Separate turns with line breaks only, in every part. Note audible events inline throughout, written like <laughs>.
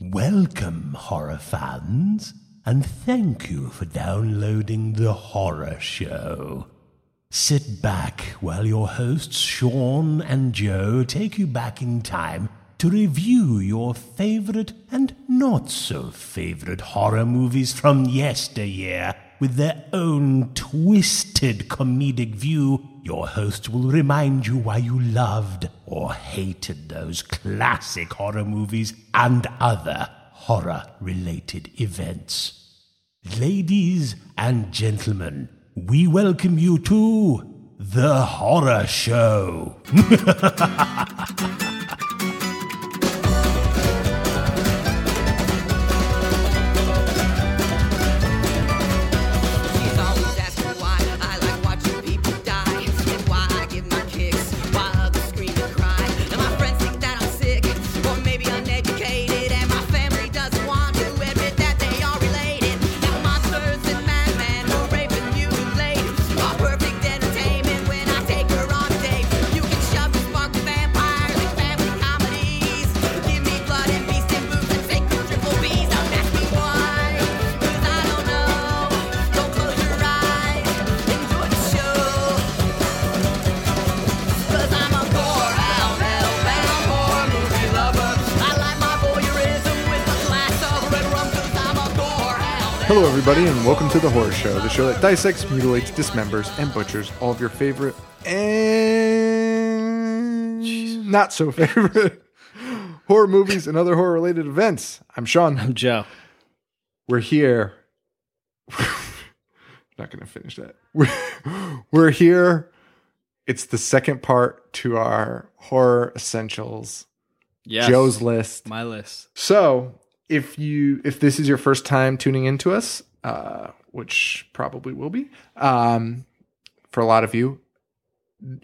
Welcome, horror fans, and thank you for downloading The Horror Show. Sit back while your hosts Sean and Joe take you back in time to review your favorite and not so favorite horror movies from yesteryear with their own twisted comedic view. Your hosts will remind you why you loved or hated those classic horror movies and other horror related events. Ladies and gentlemen, we welcome you to The Horror Show.
She's always asking why I like watching people die, and why I give my kicks, why others scream and cry. And my friends think that I'm sick, or maybe uneducated, and my family doesn't want to admit that they are related. Now monsters and madmen who rape and mutilate are perfect entertainment when I take her on a date. You can shove and spark the vampires and family comedies. Give me blood and beast and boobs and take the triple B's. Don't ask me why, 'cause I don't know. Don't close your eyes, enjoy the show. Cause I'm a poor hell, hell, hell, poor movie lover. I like my voyeurism with a glass of red rum, cause I'm a poor hell.
Hello, everybody, and welcome to The Horror Show, the show that dissects, mutilates, dismembers, and butchers all of your favorite and not so favorite <laughs> horror movies and other horror related events. I'm Sean.
Joe.
We're here. <laughs> not going to finish that. <laughs> We're, we're here. It's the second part to our horror essentials,
Yes.
Joe's list.
My list.
So, if you if this is your first time tuning into us, uh, which probably will be um, for a lot of you,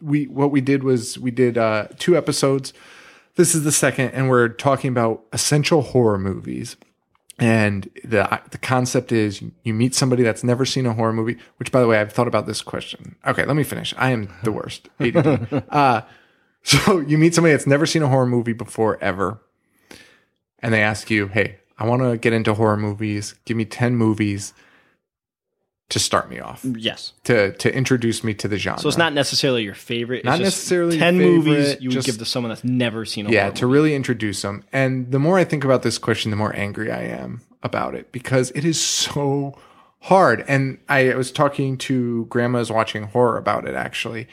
we what we did was we did uh, two episodes. This is the second, and we're talking about essential horror movies. And the the concept is you meet somebody that's never seen a horror movie. Which, by the way, I've thought about this question. Okay, let me finish. I am the worst. ADD. uh, so you meet somebody that's never seen a horror movie before ever, and they ask you, "Hey, I want to get into horror movies. Give me 10 movies to start me off,
Yes.
to to introduce me to the genre."
So it's not necessarily your favorite. It's
Not
just
necessarily
ten
favorite,
movies you would
just-
give to someone that's never seen a
yeah,
horror
to really introduce them. And the more I think about this question, the more angry I am about it because it is so hard. And I was talking to grandma's watching horror about it actually.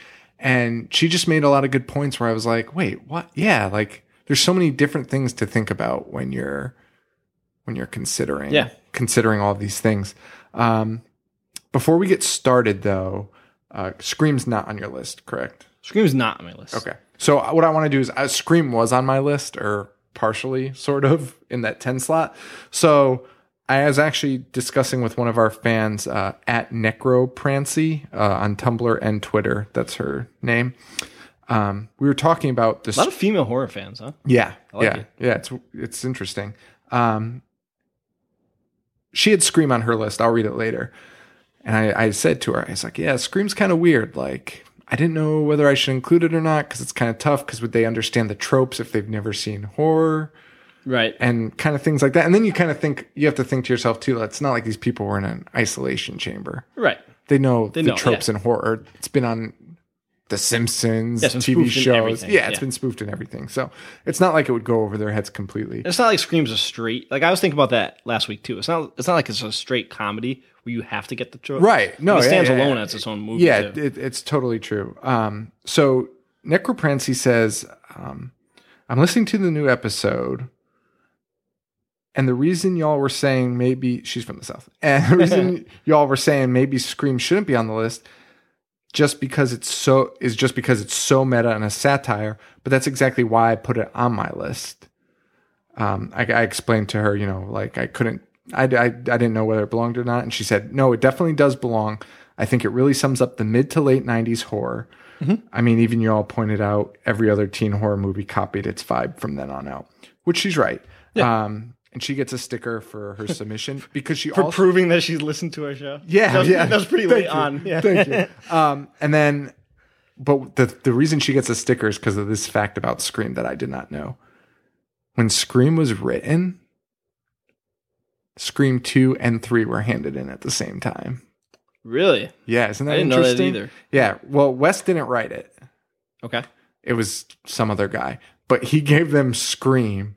And she just made a lot of good points where I was like, wait, what? Yeah, like there's so many different things to think about when you're when you're considering
Yeah.
considering all these things. Um, before we get started though, uh, Scream's not on your list, correct?
Scream's not on my list.
Okay. So what I want to do is uh, Scream was on my list or partially sort of in that 10 slot. So I was actually discussing with one of our fans uh, at Necroprancy uh, on Tumblr and Twitter. That's her name. Um, we were talking about this.
A lot of female horror fans, huh?
Yeah,
like
yeah,
it.
yeah. It's it's interesting. Um, she had Scream on her list. I'll read it later. And I, I said to her, I was like, "Yeah, Scream's kind of weird. Like, I didn't know whether I should include it or not because it's kind of tough. Because would they understand the tropes if they've never seen horror
Right.
and kind of things like that? And then you kind of think you have to think to yourself too. It's not like these people were in an isolation chamber.
right.
They know the
know,
tropes in horror. It's been on The Simpsons,
Yeah, it's been
TV
spoofed in
shows.
everything.
Yeah, it's
Yeah.
been spoofed in everything. So it's not like it would go over their heads completely.
It's not like Scream's a straight. Like I was thinking about that last week too. It's not. It's not like it's a straight comedy where you have to get the joke.
Right. No,
It
yeah,
stands
yeah,
alone
yeah.
as its own movie.
Yeah,
too.
it, it's totally true. Um, so Necroprancy says, um, I'm listening to the new episode. And the reason y'all were saying maybe she's from the south, and the
<laughs>
reason y'all were saying maybe Scream shouldn't be on the list, just because it's so is just because it's so meta and a satire. But that's exactly why I put it on my list. um, I, I explained to her, you know, like I couldn't, I, I, I didn't know whether it belonged or not. And she said, no, it definitely does belong. I think it really sums up the mid to late 90s horror. I mean, even you all pointed out every other teen horror movie copied its vibe from then on out, which she's right. Um, and she gets a sticker for her submission because she
For
also
proving that she's listened to our show.
yeah,
that was,
yeah.
That was pretty
Thank
late
you.
on. Yeah.
Thank you. Um, and then, but the the reason she gets a sticker is because of this fact about Scream that I did not know. When Scream was written, Scream two and three were handed in at the same time.
Really?
Yeah, isn't that
I didn't know that
interesting?
either.
Yeah. Well, Wes didn't write it.
Okay.
It was some other guy, but he <laughs> gave them Scream.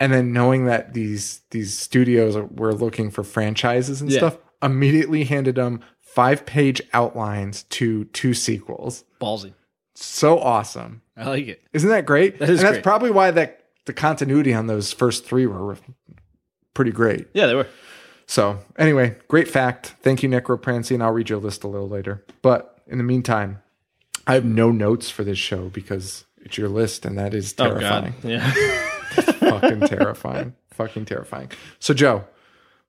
And then knowing that these these studios were looking for franchises and
Yeah.
stuff, immediately handed them five page outlines to two sequels.
Ballsy.
So awesome!
I like it.
Isn't that great?
That is
and that's
great.
probably why that the continuity on those first three were pretty great.
Yeah, they were.
So, anyway, great fact. Thank you, Necroprancy, and I'll read your list a little later. But in the meantime, I have no notes for this show because it's your list, and that is terrifying.
Oh God. Yeah.
Fucking
<laughs>
terrifying. Fucking terrifying. So, Joe,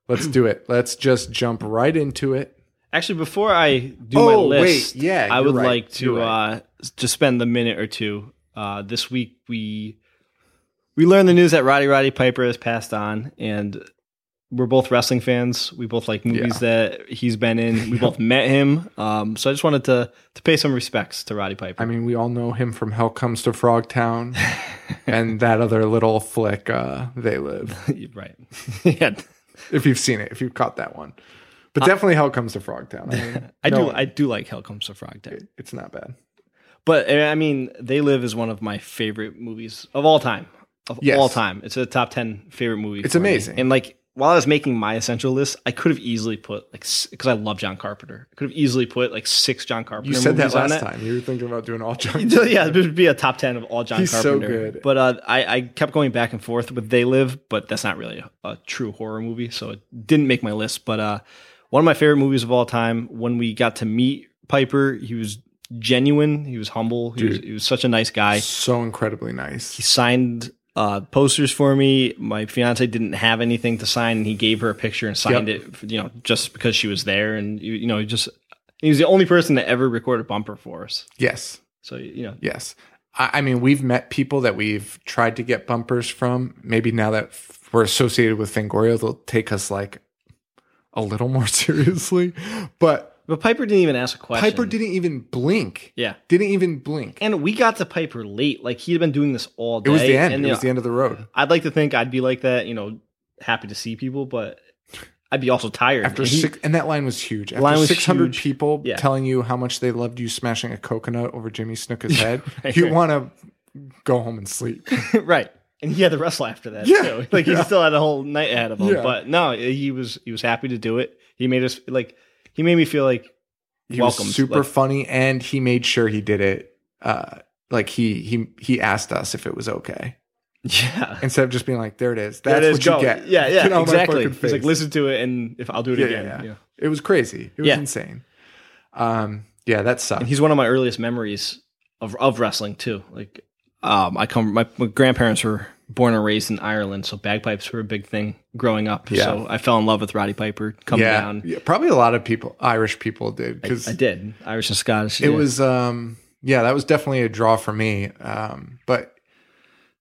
let's do it. Let's just jump right into it.
Actually, before I do my
Oh,
list,
wait, yeah,
I
you're
would
right,
like to
you're right.
uh, just spend the minute or two. Uh, this week we we learned the news that Roddy Roddy Piper has passed on, and we're both wrestling fans. We both like movies that he's been in.
<laughs>
We both met him, um, so I just wanted to to pay some respects to Roddy Piper.
I mean, we all know him from Hell Comes to
<laughs>
Frogtown and that other little flick, uh, They Live. <laughs>
right? yeah,
If you've seen it, if you've caught that one.
Uh,
But definitely Hell Comes to Frogtown. I, mean,
<laughs> I
no,
do. I do like Hell Comes to Frog Day.
it's not bad.
But uh, I mean, They Live is one of my favorite movies of all time. Of
Yes.
all time, it's a top ten favorite movie.
It's
for me.
amazing.
And like, while I was making my essential list, I could have easily put like because I love John Carpenter. I could have easily put like six John Carpenter.
You said that
movies on
last
that.
time. You were thinking about doing
<laughs>
all junk.
So, yeah, it would be a top ten of all John
He's so
Carpenter.
good.
But uh, I, I kept going back and forth with They Live, but that's not really a, a true horror movie, so it didn't make my list. But uh, one of my favorite movies of all time. When we got to meet Piper, he was genuine. He was humble. He, was, he was such a nice guy.
so incredibly
He
nice.
signed uh, posters for me. My fiance didn't have anything to sign, and he gave her a picture and signed
Yep.
it. You know, just because she was there, and you, you know, he just he was the only person that ever recorded bumper for us.
Yes,
So you know,
yes. I, I mean, we've met people that we've tried to get bumpers from. Maybe now that f- we're associated with Fangoria, they'll take us like a little more <laughs> seriously. But
But Piper didn't even ask a question.
Piper didn't even blink.
Yeah.
didn't even blink.
And we got to Piper late. Like he had been doing this all day.
it was the end.
And,
it
you
was
know,
the end of the road.
I'd like to think I'd be like that. You know, happy to see people, but I'd be also tired.
After
And he-
six, and that line was huge. After
Line was
six hundred
huge.
people
Yeah.
telling you how much they loved you smashing a coconut over Jimmy
<laughs>
Snooker's head,
Right,
you
right.
want to go home and
<laughs>
sleep.
<laughs> right. And he had to wrestle after that.
Yeah,
too. Like he
yeah.
still had a whole night ahead of him.
Yeah.
But no, he was he was happy to do it. He made us like he made me feel like <laughs>
he
welcomed,
was super
like-
funny and he made sure he did it uh like he he he asked us if it was okay
yeah.
instead of just being like there it is
There
that's
it is,
what <laughs> you
go.
get
Yeah, yeah,
Get out of my
exactly.
fucking
He's like,
face.
listen to it, and if I'll do it
yeah,
again.
yeah, yeah.
Yeah.
it was crazy it was
Yeah.
insane um yeah that sucked
And he's one of my earliest memories of of wrestling too. Like um, I come, my, my grandparents were born and raised in Ireland, so bagpipes were a big thing growing up.
Yeah.
So I fell in love with Roddy Piper. Come
yeah.
down,
yeah probably a lot of people irish people did because
I did Irish and Scottish.
it
yeah.
was um yeah that was definitely a draw for me um but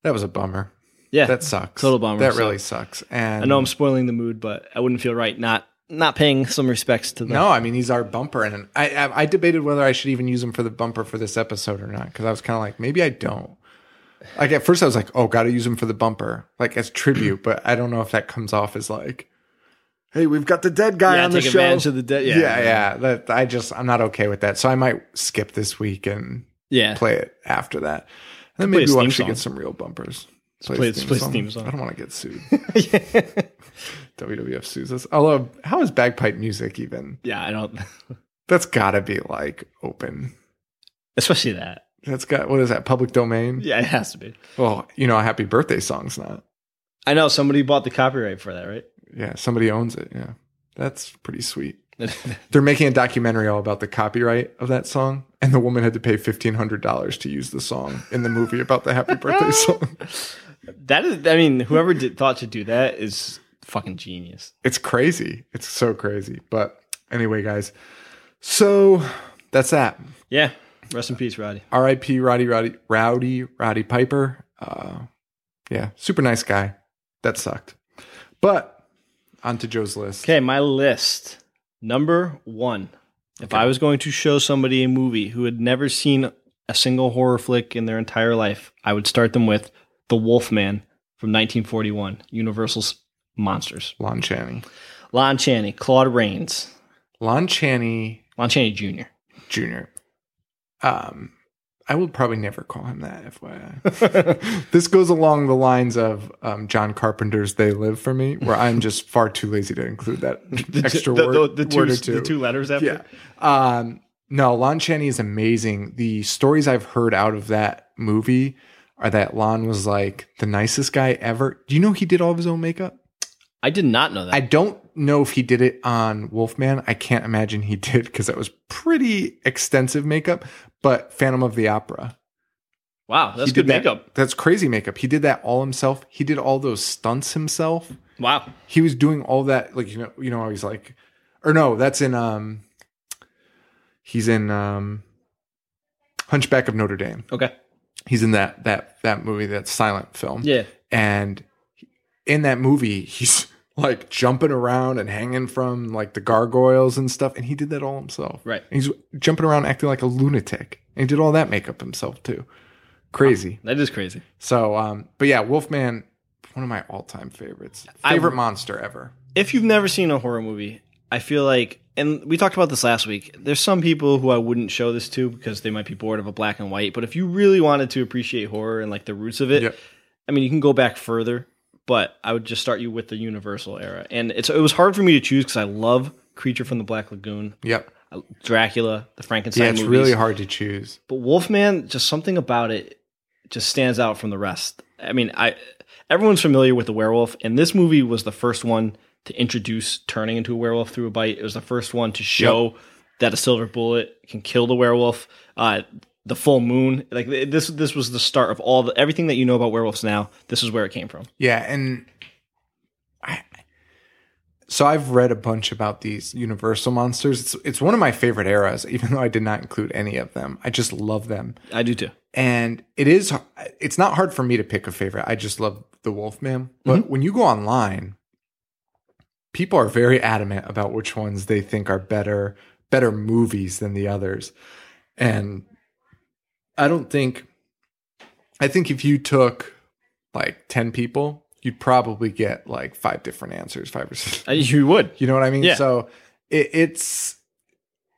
that was a bummer
yeah.
that sucks
Total bummer.
that
So-
really sucks and
I know I'm spoiling the mood, but I wouldn't feel right not not paying some respects to the
No, I mean he's our bumper, and I I, I debated whether I should even use him for the bumper for this episode or not because I was kind of like maybe I don't. Like at first I was like, oh, got to use him for the bumper, like as tribute, but I don't know if that comes off as like, hey, we've got the dead guy
Yeah,
on the
take
show.
advantage of the dead- yeah.
yeah, yeah. That I just I'm not okay with that, so I might skip this week and
yeah.
play it after that. And then
play
maybe
his
we'll
theme
actually
song.
get some real bumpers.
play
his
his- play his theme song.
I don't want to get
<laughs>
sued. <laughs> WWF sues us. Although, how is bagpipe music even?
yeah, I don't, <laughs>
That's got to be like open.
especially that.
That's got what is that public domain?
Yeah, it has to be.
Well, you know, a happy birthday song's not.
I know somebody bought the copyright for that, right? <laughs>
Yeah, somebody owns it. Yeah, that's pretty sweet. They're making a documentary all about the copyright of that song,
<laughs>
and the woman had to pay fifteen hundred dollars to use the song in the movie about the happy birthday song.
That is, I mean, whoever did, thought to do that is fucking genius.
It's crazy. It's so crazy. But anyway, guys. So that's that.
Yeah. Rest in peace, Roddy.
R.I.P. Roddy Roddy Rowdy Roddy Piper. Uh, yeah, super nice guy. That sucked. But onto Joe's list.
Okay, my list. Number one. If I was going to show somebody a movie who had never seen a single horror flick in their entire life, I would start them with The Wolfman from 1941, Universal's Monsters.
Lon Chaney.
Lon Chaney, Claude Rains,
Lon Chaney
Lon Chaney Jr.
Jr. Um, I will probably never call him that,
<laughs>
FYI. this goes along the lines of um, John Carpenter's "They Live for Me," where I'm just far too lazy to include that extra
<laughs> the,
word,
the, the two,
word or two.
the two letters after.
yeah. Um, no, Lon Chaney is amazing. The stories I've heard out of that movie are that Lon was like the nicest guy ever. Do you know he did all of his own makeup?
I did not know that.
I don't know if he did it on Wolfman. I can't imagine he <laughs> did because that was pretty extensive makeup. But Phantom of the Opera.
wow, that's
he did
good
that-
makeup.
That's crazy makeup. He did that all himself. He did all those stunts himself.
Wow.
He was doing all that, like you know, you know, how he's like, or no, that's in um, he's in um, Hunchback of Notre Dame.
Okay.
He's in that that that movie, that silent film
Yeah.
and in that movie he's like jumping around and hanging from like the gargoyles and stuff and he did that all himself
Right.
And he's jumping around acting like a lunatic and he did all that makeup himself too crazy
That is crazy.
so um but yeah wolfman one of my all-time favorites
I-
favorite monster ever
if you've never seen a horror movie, I feel like, and we talked about this last week, there's some people who I wouldn't show this to because they might be bored of a black and white. But if you really wanted to appreciate horror and like the roots of it,
Yep.
I mean, you can go back further, but I would just start you with the Universal era. And it's it was hard for me to choose because I love Creature from the Black Lagoon,
yep
I- Dracula, the Frankenstein
yeah it's
movies.
really hard to choose
But Wolfman, just something about it just stands out from the rest. I mean, I everyone's familiar with the werewolf, and this movie was the first one to introduce turning into a werewolf through a bite. It was the first one to show that a silver bullet can kill the werewolf. Uh, the full moon, like th- this, this was the start of all the everything that you know about werewolves now. This is where it came from.
Yeah, and I so I've read a bunch about these universal monsters. It's it's one of my favorite eras, even though I did not include any of them. I just love them.
I do too.
And it is it's not hard for me to pick a favorite. I just love the Wolfman. But when you go online, people are very adamant about which ones they think are better better movies than the others. And I don't think I think if you took like 10 people, you'd probably get like five different answers, five or six.
I, you would.
You know what I mean?
Yeah.
So it, it's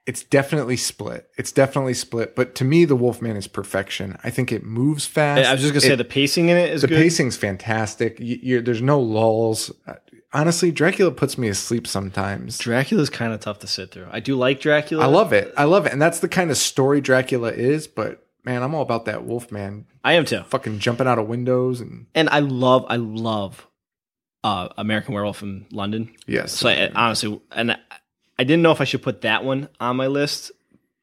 it's definitely split. It's definitely split. But to me, the Wolfman is perfection. I think it moves fast.
I was just gonna say
It-
the pacing in it is
the
good.
pacing's fantastic. You, you're, there's no lulls. Uh, Honestly, Dracula puts me asleep sometimes.
Dracula's kind of tough to sit through. I do like Dracula.
I love it. I love it. And that's the kind of story Dracula is. But man, I'm all about that Wolfman
I am too.
fucking jumping out of windows and
and I love I love uh American Werewolf in London.
yes.
So I, honestly, and I, I didn't know if I should put that one on my list,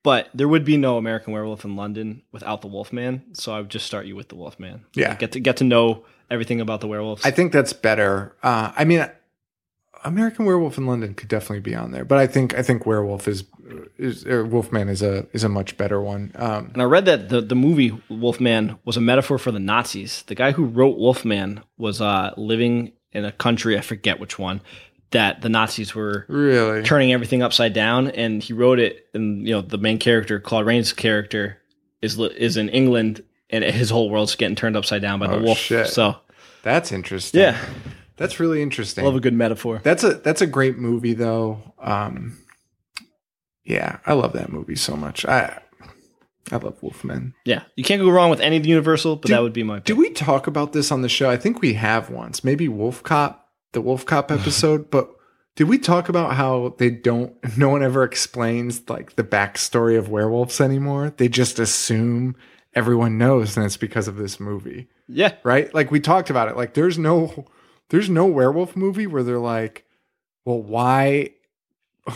but there would be no American Werewolf in London without the Wolfman. So I would just start you with the Wolfman.
Yeah.
get to get to know everything about the werewolves.
I think that's better. Uh, I mean, American Werewolf in London could definitely be on there, but I think I think Werewolf is is or Wolfman is a is a much better one. Um,
and I read that the the movie Wolfman was a metaphor for the Nazis. The guy who wrote Wolfman was uh living in a country I forget which one that the Nazis were
really,
turning everything upside down and he wrote it and you know the main character claude rains character is li- is in england and his whole world's getting turned upside down by the
Oh,
wolf
shit.
so
that's interesting.
yeah
that's really
i
interesting.
love a good metaphor
That's a that's a great movie though. Um, yeah, I love that movie so much. I I love Wolfman.
yeah you can't go wrong with any of the universal but that would be my
Do
pick.
we talk about this on the show? I think we have once, maybe Wolf Cop, the Wolf Cop episode, but did we talk about how they don't <laughs> no one ever explains like the backstory of werewolves anymore? They just assume everyone knows and it's because of this movie. <laughs>
yeah
Right? Like we talked about it. Like there's no there's no werewolf movie where they're like, well, why <laughs>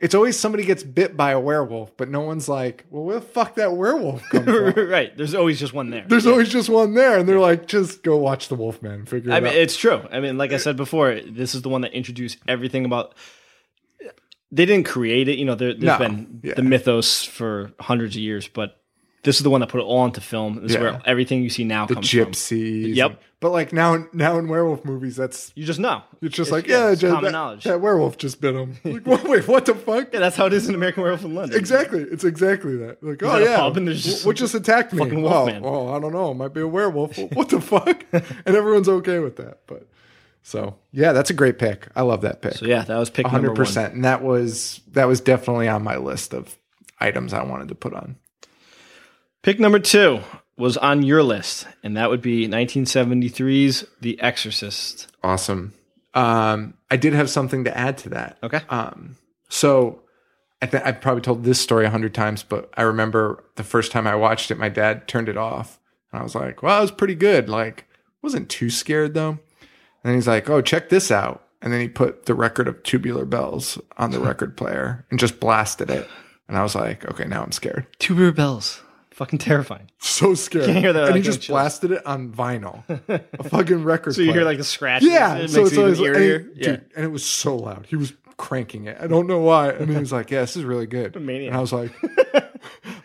It's always somebody gets bit by a werewolf, but no one's like, well, where the fuck that werewolf come from?
right. There's always just one there.
There's always just one there, and they're like, just go watch the Wolfman, figure it
I mean,
out.
it's true. I mean, like I said before, this is the one that introduced everything about. They didn't create it, you know. There, there's
No.
been
Yeah.
the mythos for hundreds of years, but this is the one that put it all into film. This is
Yeah.
where everything you see now
the
comes from.
gypsies.
Yep.
but like now, now in werewolf movies, that's
You just know.
it's just like, yeah,
it's
Jen,
common
that,
knowledge.
that werewolf just bit
<laughs>
him. Like, wha- wait, what the fuck?
yeah, that's how it is in American Werewolf in London.
Exactly. It's exactly that. Like, oh
at a
yeah,
pub and there's
wh-
just
what just attacked me?
fucking
oh,
Wolfman.
oh, I don't know. Might be a
<laughs>
werewolf. Wh- what the fuck? And everyone's okay with that. But so yeah, that's a great pick. I love that pick.
So yeah, that was pick
hundred
number one.
percent. And that was that was definitely on my list of items I wanted to put on.
Pick number two was on your list, and that would be 1973's The Exorcist.
Awesome. Um, I did have something to add to that.
Okay.
Um, so I think I've probably told this story a hundred times, but I remember the first time I watched it, my dad turned it off, and I was like, "Well, it was pretty good. Like, wasn't too scared though." And then he's like, "Oh, check this out." And then he put the record of Tubular Bells on the
<laughs>
record player and just blasted it. And I was like, "Okay, now I'm scared." <laughs>
Tubular bells, fucking terrifying.
So scared.
Can't hear that
and he
without
just
getting chills.
blasted it on
<laughs>
vinyl, a fucking record.
So you hear
player.
like the scratches.
Yeah,
it
so
makes
it's
it
always
even
and he-
eerier. Yeah.
dude, and it was so loud. He was cranking it. I don't know why. And he was like, "Yeah, this is really good."
maniac.
And I was
<laughs>
like, <laughs>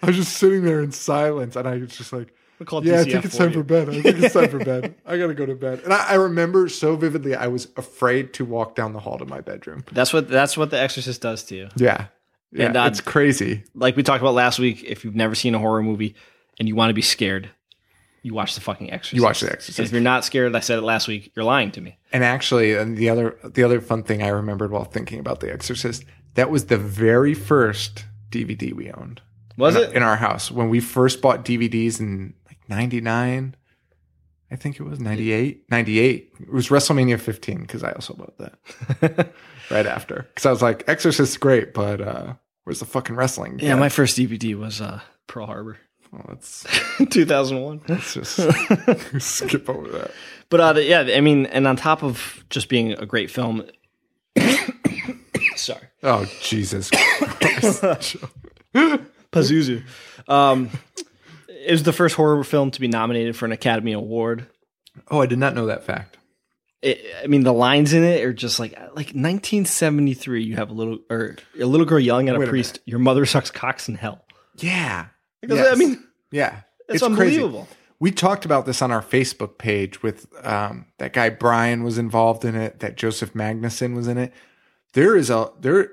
I was just sitting there in silence, and I was just like,
We call it
"Yeah, I
DCF
think it's time
for
for
you."
bed. I think it's time
<laughs>
for bed. I gotta go to bed." And I, I remember so vividly, I was afraid to walk down the hall to my bedroom.
That's what that's what The Exorcist does to you.
Yeah, yeah,
And, uh,
it's crazy.
Like we talked about last week, if you've never seen a horror movie and you want to be scared, you watch the fucking Exorcist.
You watch The
If
Exorcist,
you're not scared, I said it last week, you're lying to me.
and actually, and the other the other fun thing I remembered while thinking about The Exorcist that was the very first DVD we owned.
Was
in,
it?
in our house when we first bought DVDs in like 99 I think it was 98 98 it was WrestleMania 15 cuz I also bought that
<laughs>
right after cuz I was like Exorcist's great but uh where's the fucking wrestling
yeah, my first DVD was uh, Pearl Harbor, <laughs>
well, let's
2001.
let's just <laughs> skip over that
But uh, yeah, I mean, and on top of just being a great film, <coughs> sorry,
oh
<coughs>
Jesus Christ.
Pazuzu. Um, it was the first horror film to be nominated for an Academy Award.
oh I did not know that fact
It, I mean, the lines in it are just like like 1973. You have a little or a little girl yelling at a
Wait a
priest. Your mother sucks cocks in hell.
yeah
Because, I
Yes.
mean,
yeah
it's,
crazy.
unbelievable.
We talked about this on our Facebook page with um, that guy Brian was involved in it, that Joseph Magnuson was in it. There is a there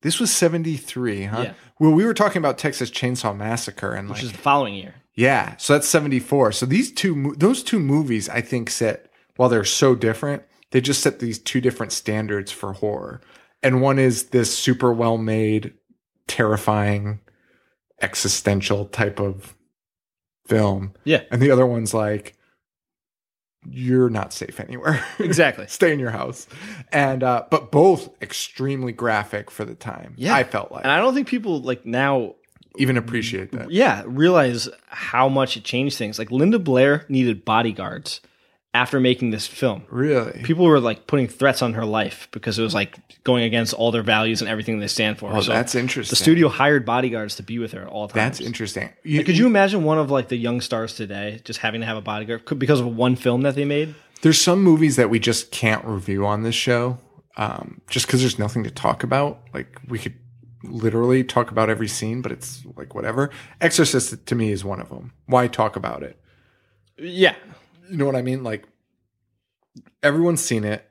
this was 73, huh?
Yeah.
Well, we were talking about Texas Chainsaw Massacre and like
Which is the following year.
yeah, so that's 74. So these two mo- those two movies I think set while they're so different, they just set these two different standards for horror. And one is this super well-made, terrifying, existential type of film.
Yeah,
And the other one's like, you're not safe anywhere. <laughs>
exactly.
Stay in your house. And, uh, but both extremely graphic for the time.
Yeah.
I felt like.
and I don't think people like now
even appreciate that.
yeah, realize how much it changed things. Like Linda Blair needed bodyguards after making this film.
Really?
People were like putting threats on her life because it was like going against all their values and everything they stand for.
Oh, that's
the
interesting.
studio hired bodyguards to be with her at all times.
That's interesting. You,
Could you imagine one of like the young stars today just having to have a bodyguard c- because of one film that they made?
there's some movies that we just can't review on this show um, just because there's nothing to talk about. Like, we could literally talk about every scene, but it's like whatever. Exorcist to me is one of them. Why talk about it?
Yeah,
You know what I mean? Like, everyone's seen it.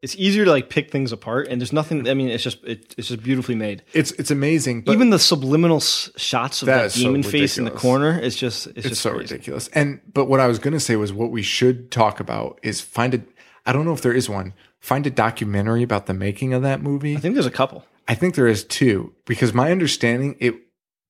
it's easier to like pick things apart, and there's nothing. I mean, it's just it, it's just beautifully made.
It's it's amazing. But
Even the subliminal s- shots of
That
that,
is so
demon face in the
ridiculous.
corner is just it's, just
it's so
crazy.
ridiculous. And but what I was gonna say was what we should talk about is find a. I don't know if there is one. Find a documentary about the making of that movie.
I think there's a couple.
I think there is two because my understanding it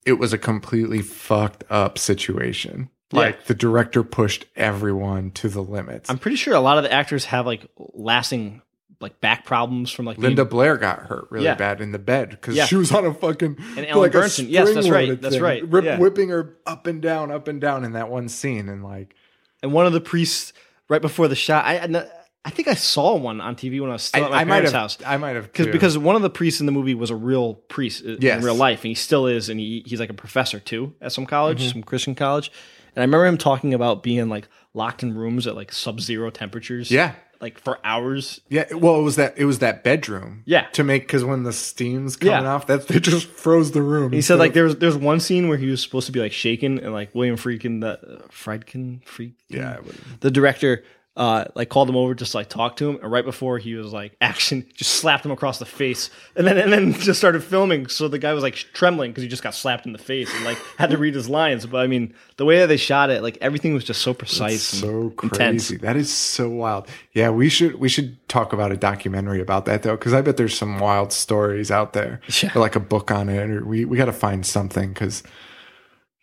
it was a completely fucked up situation.
Yeah.
Like the director pushed everyone to the limits.
I'm pretty sure a lot of the actors have like lasting like back problems from like
Linda
being-
Blair got hurt really
Yeah.
bad in the bed because
Yeah.
she was on a fucking
And Ellen
a
Burstyn. Yes,
spring
that's right.
loaded
That's
thing,
right.
rip-
Yeah.
Whipping her up and down, up and down in that one scene, and like
and one of the priests right before the shot. I I- I think I saw one on TV when I was still
I,
at my
I might
parents'
have.
house.
I might have
Because
too.
because one of the priests in the movie was a real priest i-
Yes.
in real life, and he still is, and he, he's like a professor too at some college,
Mm-hmm.
some Christian college. And I remember him talking about being like locked in rooms at like sub-zero temperatures,
Yeah.
like for hours.
yeah, well, it was that it was that bedroom.
Yeah.
to make because when the steam's coming
Yeah.
off, that they just froze the room.
He said like there's there's one scene where he was supposed to be like shaken, and like William Friedkin, the uh, Friedkin, Friedkin,
Yeah, it would-
the director. Uh, like called him over, just like talked to him, and right before he was like action, <laughs> just slapped him across the face, and then and then <laughs> just started filming. So the guy was like trembling because he just got slapped in the face and like had to read his lines. But I mean, the way that they shot it, like everything was just so precise,
so
and
crazy. That is so wild. Yeah, we should we should talk about a documentary about that though, because I bet there's some wild stories out there,
Yeah.
or like a book on it, or we we got to find something because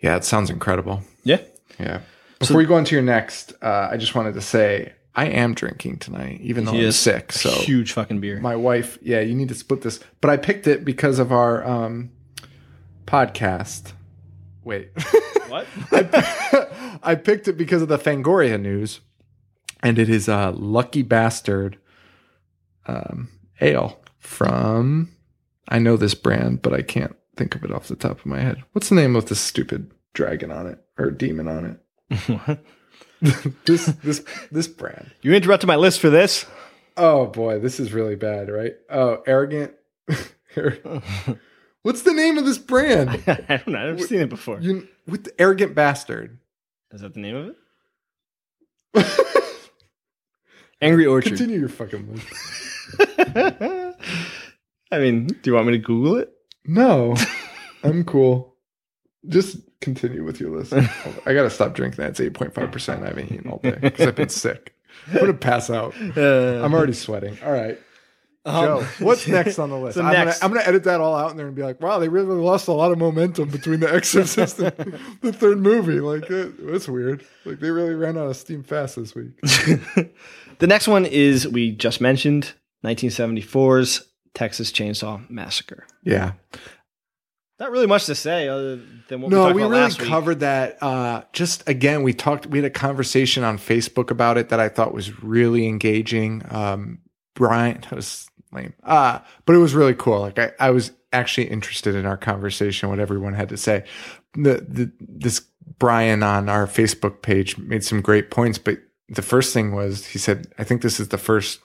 yeah, it sounds incredible.
Yeah,
Yeah. Before you go on to your next, uh, I just wanted to say I am drinking tonight, even though I'm
is
sick. So
huge fucking beer.
my wife, yeah, you need to split this. But I picked it because of our um, podcast. Wait. <laughs>
what?
I picked it because of the Fangoria news, and it is a Lucky Bastard um, ale from. I know this brand, but I can't think of it off the top of my head. What's the name of this stupid dragon on it or demon on it? <laughs> this this this brand.
You interrupted my list for this. <laughs>
Oh boy, this is really bad, right? Oh, arrogant. <laughs> What's the name of this brand?
<laughs> I don't know. I've never seen it before.
You, with the arrogant bastard.
Is that the name of
<laughs>
it? Angry Orchard.
Continue your fucking list.
I mean, do you want me to Google it?
No, I'm cool. Just continue with your
<laughs>
list. I gotta stop drinking. That's 8.5 percent. I haven't eaten all day because I've been sick. I'm gonna pass out. I'm already sweating. All right, Joe.
<laughs>
What's next on the list?
Um, so
I'm,
next-
Gonna, I'm gonna edit that all out in there and be like, wow, they really lost a lot of momentum between The Exorcist and
<laughs>
the third movie. Like, that- that's weird. Like, they really ran out of steam fast this
<laughs>
week.
the next one is we just mentioned 1974's Texas Chainsaw Massacre.
Yeah.
Not really much to say other than what we
no,
talked
we,
about
really
last week.
covered that. Uh, just again, we talked. We had a conversation on Facebook about it that I thought was really engaging. Um, Brian, <laughs> that was lame, uh, but it was really cool. Like I, I was actually interested in our conversation, what everyone had to say. The, the this Brian on our Facebook page made some great points, but the first thing was he said, "I think this is the first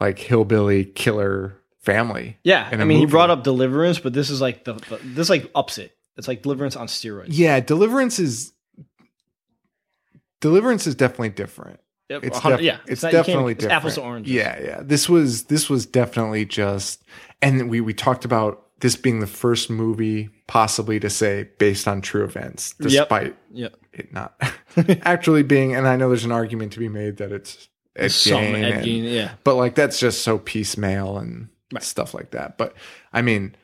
like hillbilly killer family."
yeah, I
in a
mean, he
movie.
brought up Deliverance, but this is like the, the this like ups it. It's like Deliverance on steroids.
Yeah, Deliverance is Deliverance is definitely different.
Yep,
It's
100
def-
yeah,
it's
not- you can't-
definitely
it's
different.
apples to oranges.
Yeah, yeah. This was this was definitely just, and we we talked about this being the first movie possibly to say based on true events,
Yep.
despite
yeah.
it not <laughs> actually being. And I know there's an argument to be made that it's Ed
Some
Gein
Ed
and-
Gein, yeah.
but like that's just so piecemeal and
Right.
stuff like that. But I mean,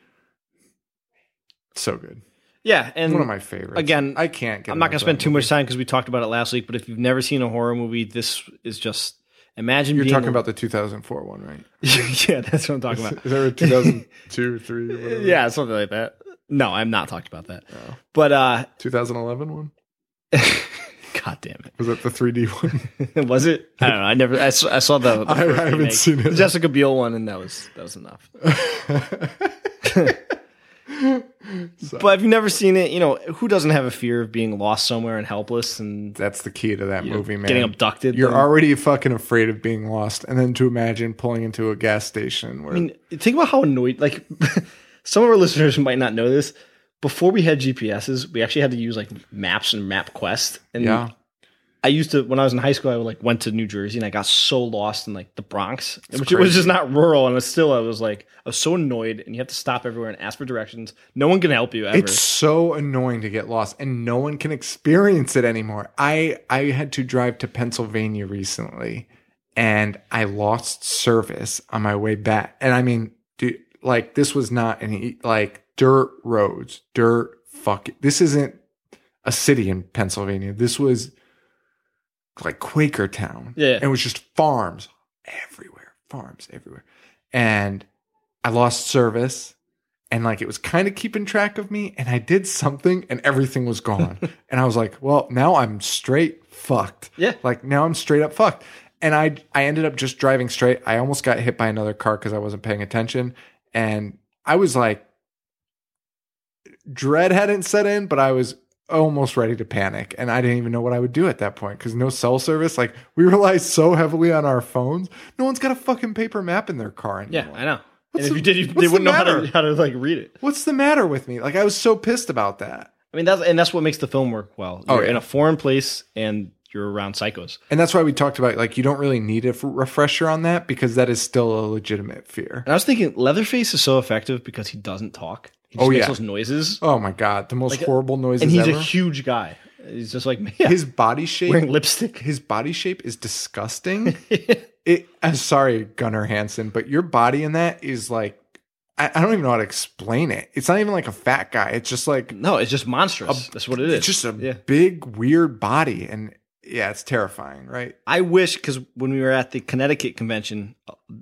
so good.
Yeah, and
One of my favorites.
again,
I can't. get
I'm
enough
not going to
of
spend
that
too
movie.
much time because we talked about it last week. But if you've never seen a horror movie, this is just imagine
You're
being
talking about the 2004 one, right?
<laughs> yeah, that's what I'm talking about.
Is there <laughs> a 2002, 3, whatever?
yeah, something like that. No, I'm not talking about that.
Oh.
But uh,
2011 one?
god damn
Was that the 3D one?
it, was it? I don't know. I never. I saw, I saw the.
<laughs>
the
I- I
first
haven't
remake.
seen it.
The Jessica Biel one, and that was that
<laughs>
was enough. <laughs> But if you've never seen it, you know who doesn't have a fear of being lost somewhere and helpless and
<laughs> That's the key to that
know,
movie, man.
getting abducted.
You're
and-
already fucking afraid of being lost, and then to imagine pulling into a gas station where
I mean, think about how annoyed. Like, <laughs> some of our listeners might not know this. Before we had GPSs, we actually had to use like maps and map quest. And
yeah,
I used to when I was in high school, I like went to New Jersey and I got so lost in like the Bronx, which it was
crazy.
just not rural. And it's still, I was like, I was so annoyed. And you have to stop everywhere and ask for directions. No one can help you ever.
It's so annoying to get lost, and no one can experience it anymore. I I had to drive to Pennsylvania recently, and I lost service on my way back. And I mean, dude, like this was not any like dirt roads, dirt fuck. This isn't a city in Pennsylvania. This was like Quaker town.
Yeah.
And it was just farms everywhere, farms everywhere. And I lost service and like it was kind of keeping track of me and I did something and everything was gone. and I was like, well, now I'm straight fucked.
Yeah.
Like now I'm straight up fucked. and I I ended up just driving straight. I almost got hit by another car because I wasn't paying attention, and I was like, dread hadn't set in, but I was almost ready to panic, and I didn't even know what I would do at that point because no cell service. Like we <laughs> rely so heavily on our phones. No one's got a fucking paper map in their car anymore.
Yeah, I know.
What's
and if
the-
you did, you,
what's
they
the
wouldn't know how to,
matter?
how to like read it.
What's the matter with me? Like I was so pissed about that.
I mean, that's and that's what makes the film work well.
Oh,
You're
yeah.
in a foreign place and you're around psychos.
And that's why we talked about like you don't really need a f- refresher on that because that is still a legitimate fear.
And I was thinking, Leatherface is so effective because he doesn't talk. He just
Oh,
makes
yeah.
those noises,
Oh my god, the most
Like,
horrible noises
and he's
ever.
a huge guy. He's just like <laughs> yeah,
his body shape
wearing lipstick.
his body shape is
<laughs>
disgusting. it I'm sorry, Gunnar Hansen, but your body in that is like I, I don't even know how to explain it. It's not even like a fat guy. It's just like
No, it's just monstrous. that's what it is.
it's just a
yeah.
big weird body and yeah, it's terrifying, right?
I wish because when we were at the Connecticut convention,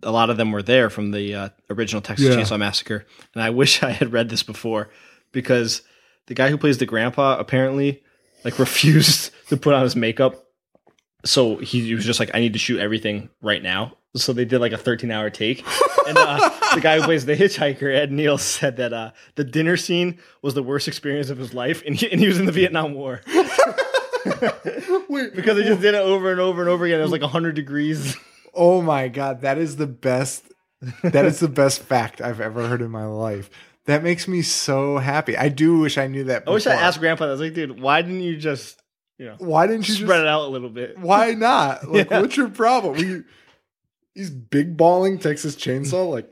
a lot of them were there from the uh, original Texas
Yeah.
Chainsaw Massacre, and I wish I had read this before because the guy who plays the grandpa apparently like <laughs> refused to put on his makeup, so he, he was just like, "I need to shoot everything right now." So they did like a 13 hour take, and uh, the guy who plays the hitchhiker, Ed Neal, said that uh, the dinner scene was the worst experience of his life, and he, and he was in the Vietnam War. <laughs> Because they just did it over and over and over again. It was like 100 degrees.
Oh my god, that is the best. That is the
<laughs>
best fact I've ever heard in my life. That makes me so happy. I do wish I knew that.
I wish I
before.
asked Grandpa. I was like, dude, why didn't you just, you know,
Why didn't you
spread
just,
it out a little bit?
Why not?
<laughs>
Like,
Yeah.
what's your problem? We, he's big balling Texas Chainsaw. Like,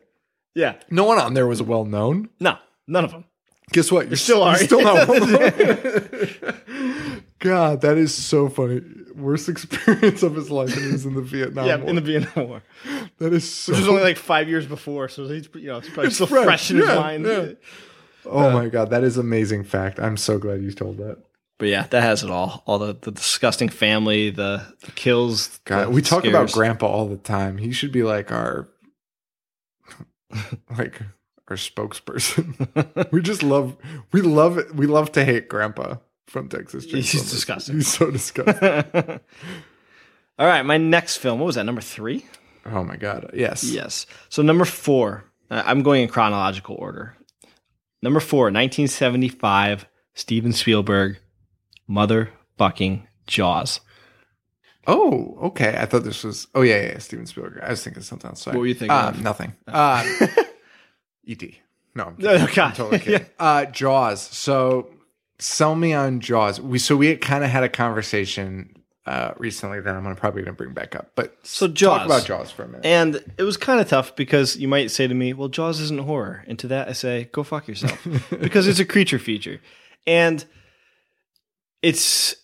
Yeah,
no one on there was well known.
no, none of them.
Guess what? You're
still
s-
are.
You're still
<laughs>
not well known. <laughs> God, that is so funny. Worst <laughs> experience of his life, and he was in the Vietnam
yeah,
War.
in the Vietnam
<laughs>
War,
that is so.
which was only like five years before, so he's you know it's probably
It's
still
fresh,
fresh, in
yeah,
his mind.
yeah.
uh,
oh my god, that is amazing fact. I'm so glad you told that.
But yeah, that has it all. All the, the disgusting family, the, the kills.
God,
the
we talk about
scares.
grandpa all the time. He should be like our <laughs> like our spokesperson. <laughs> we just love we love we love to hate grandpa from Texas Chainsaw.
He's
Massacre.
disgusting.
He's so disgusting.
<laughs> all right, my next film. What was that? Number three.
oh my god. Yes.
Yes. So number four, uh, I'm going in chronological order. Number four, 1975, Steven Spielberg, motherfucking Jaws.
Oh, okay. I thought this was Oh yeah, yeah, yeah, Steven Spielberg. I was thinking something else. Sorry.
What were you thinking
Um,
of?
nothing. Uh,
<laughs>
E.T. No, I'm
No,
kidding.
no, Oh, God.
I'm totally
<laughs>
kidding. uh, Jaws. So sell me on Jaws. We so we kind of had a conversation uh, recently that I'm gonna probably gonna bring back up. But
So Jaws.
talk about Jaws for a minute.
And it was kind of tough because you might say to me, well, Jaws isn't horror. And to that, I say, go
<laughs>
fuck yourself because it's a creature feature. And it's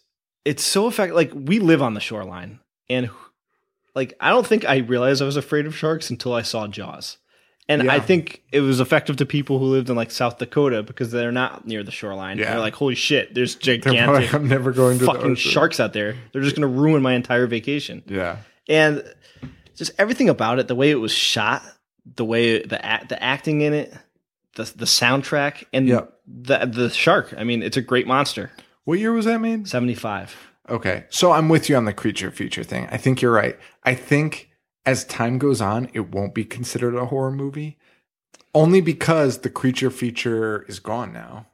it's so effective. Like, we live on the shoreline. And like, I don't think I realized I was afraid of sharks until I saw Jaws. And I
Yeah.
think it was effective to people who lived in like South Dakota because they're not near the shoreline.
Yeah.
They're like, holy shit,
<laughs>
there's
They're probably <laughs> like,
gigantic
I'm never going to the
fucking
ocean.
sharks out there. They're just going to ruin my entire vacation
Yeah.
and just everything about it the way it was shot the way the act, the acting in it the the soundtrack and
Yep.
the the shark i mean it's a great monster
What year was that made?
75
Okay. So I'm with you on the creature feature thing. I think you're right. I think as time goes on, it won't be considered a horror movie only because the creature feature is gone now.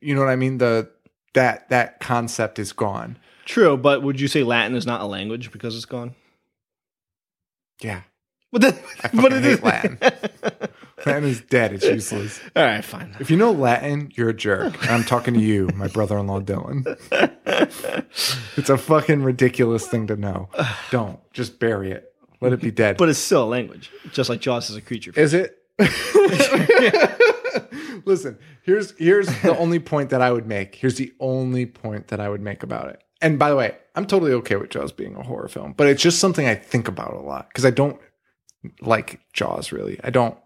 You know what I mean? The that that concept is gone.
true but would you say latin is not a language because it's gone <laughs>
Yeah.
but, then,
fucking hate Latin. Latin is dead. It's useless.
<laughs> all right fine
If you know Latin, you're a jerk. And I'm talking to you, my brother-in-law Dylan. It's a fucking ridiculous thing to know. Don't just bury it. Let it be dead.
but it's still a language just like jaws is a creature
Is
<laughs>
it? Listen, here's here's the only point that I would make. Here's the only point that I would make about it. And by the way, I'm totally okay with Jaws being a horror film, but it's just something I think about a lot because I don't like Jaws really. I don't.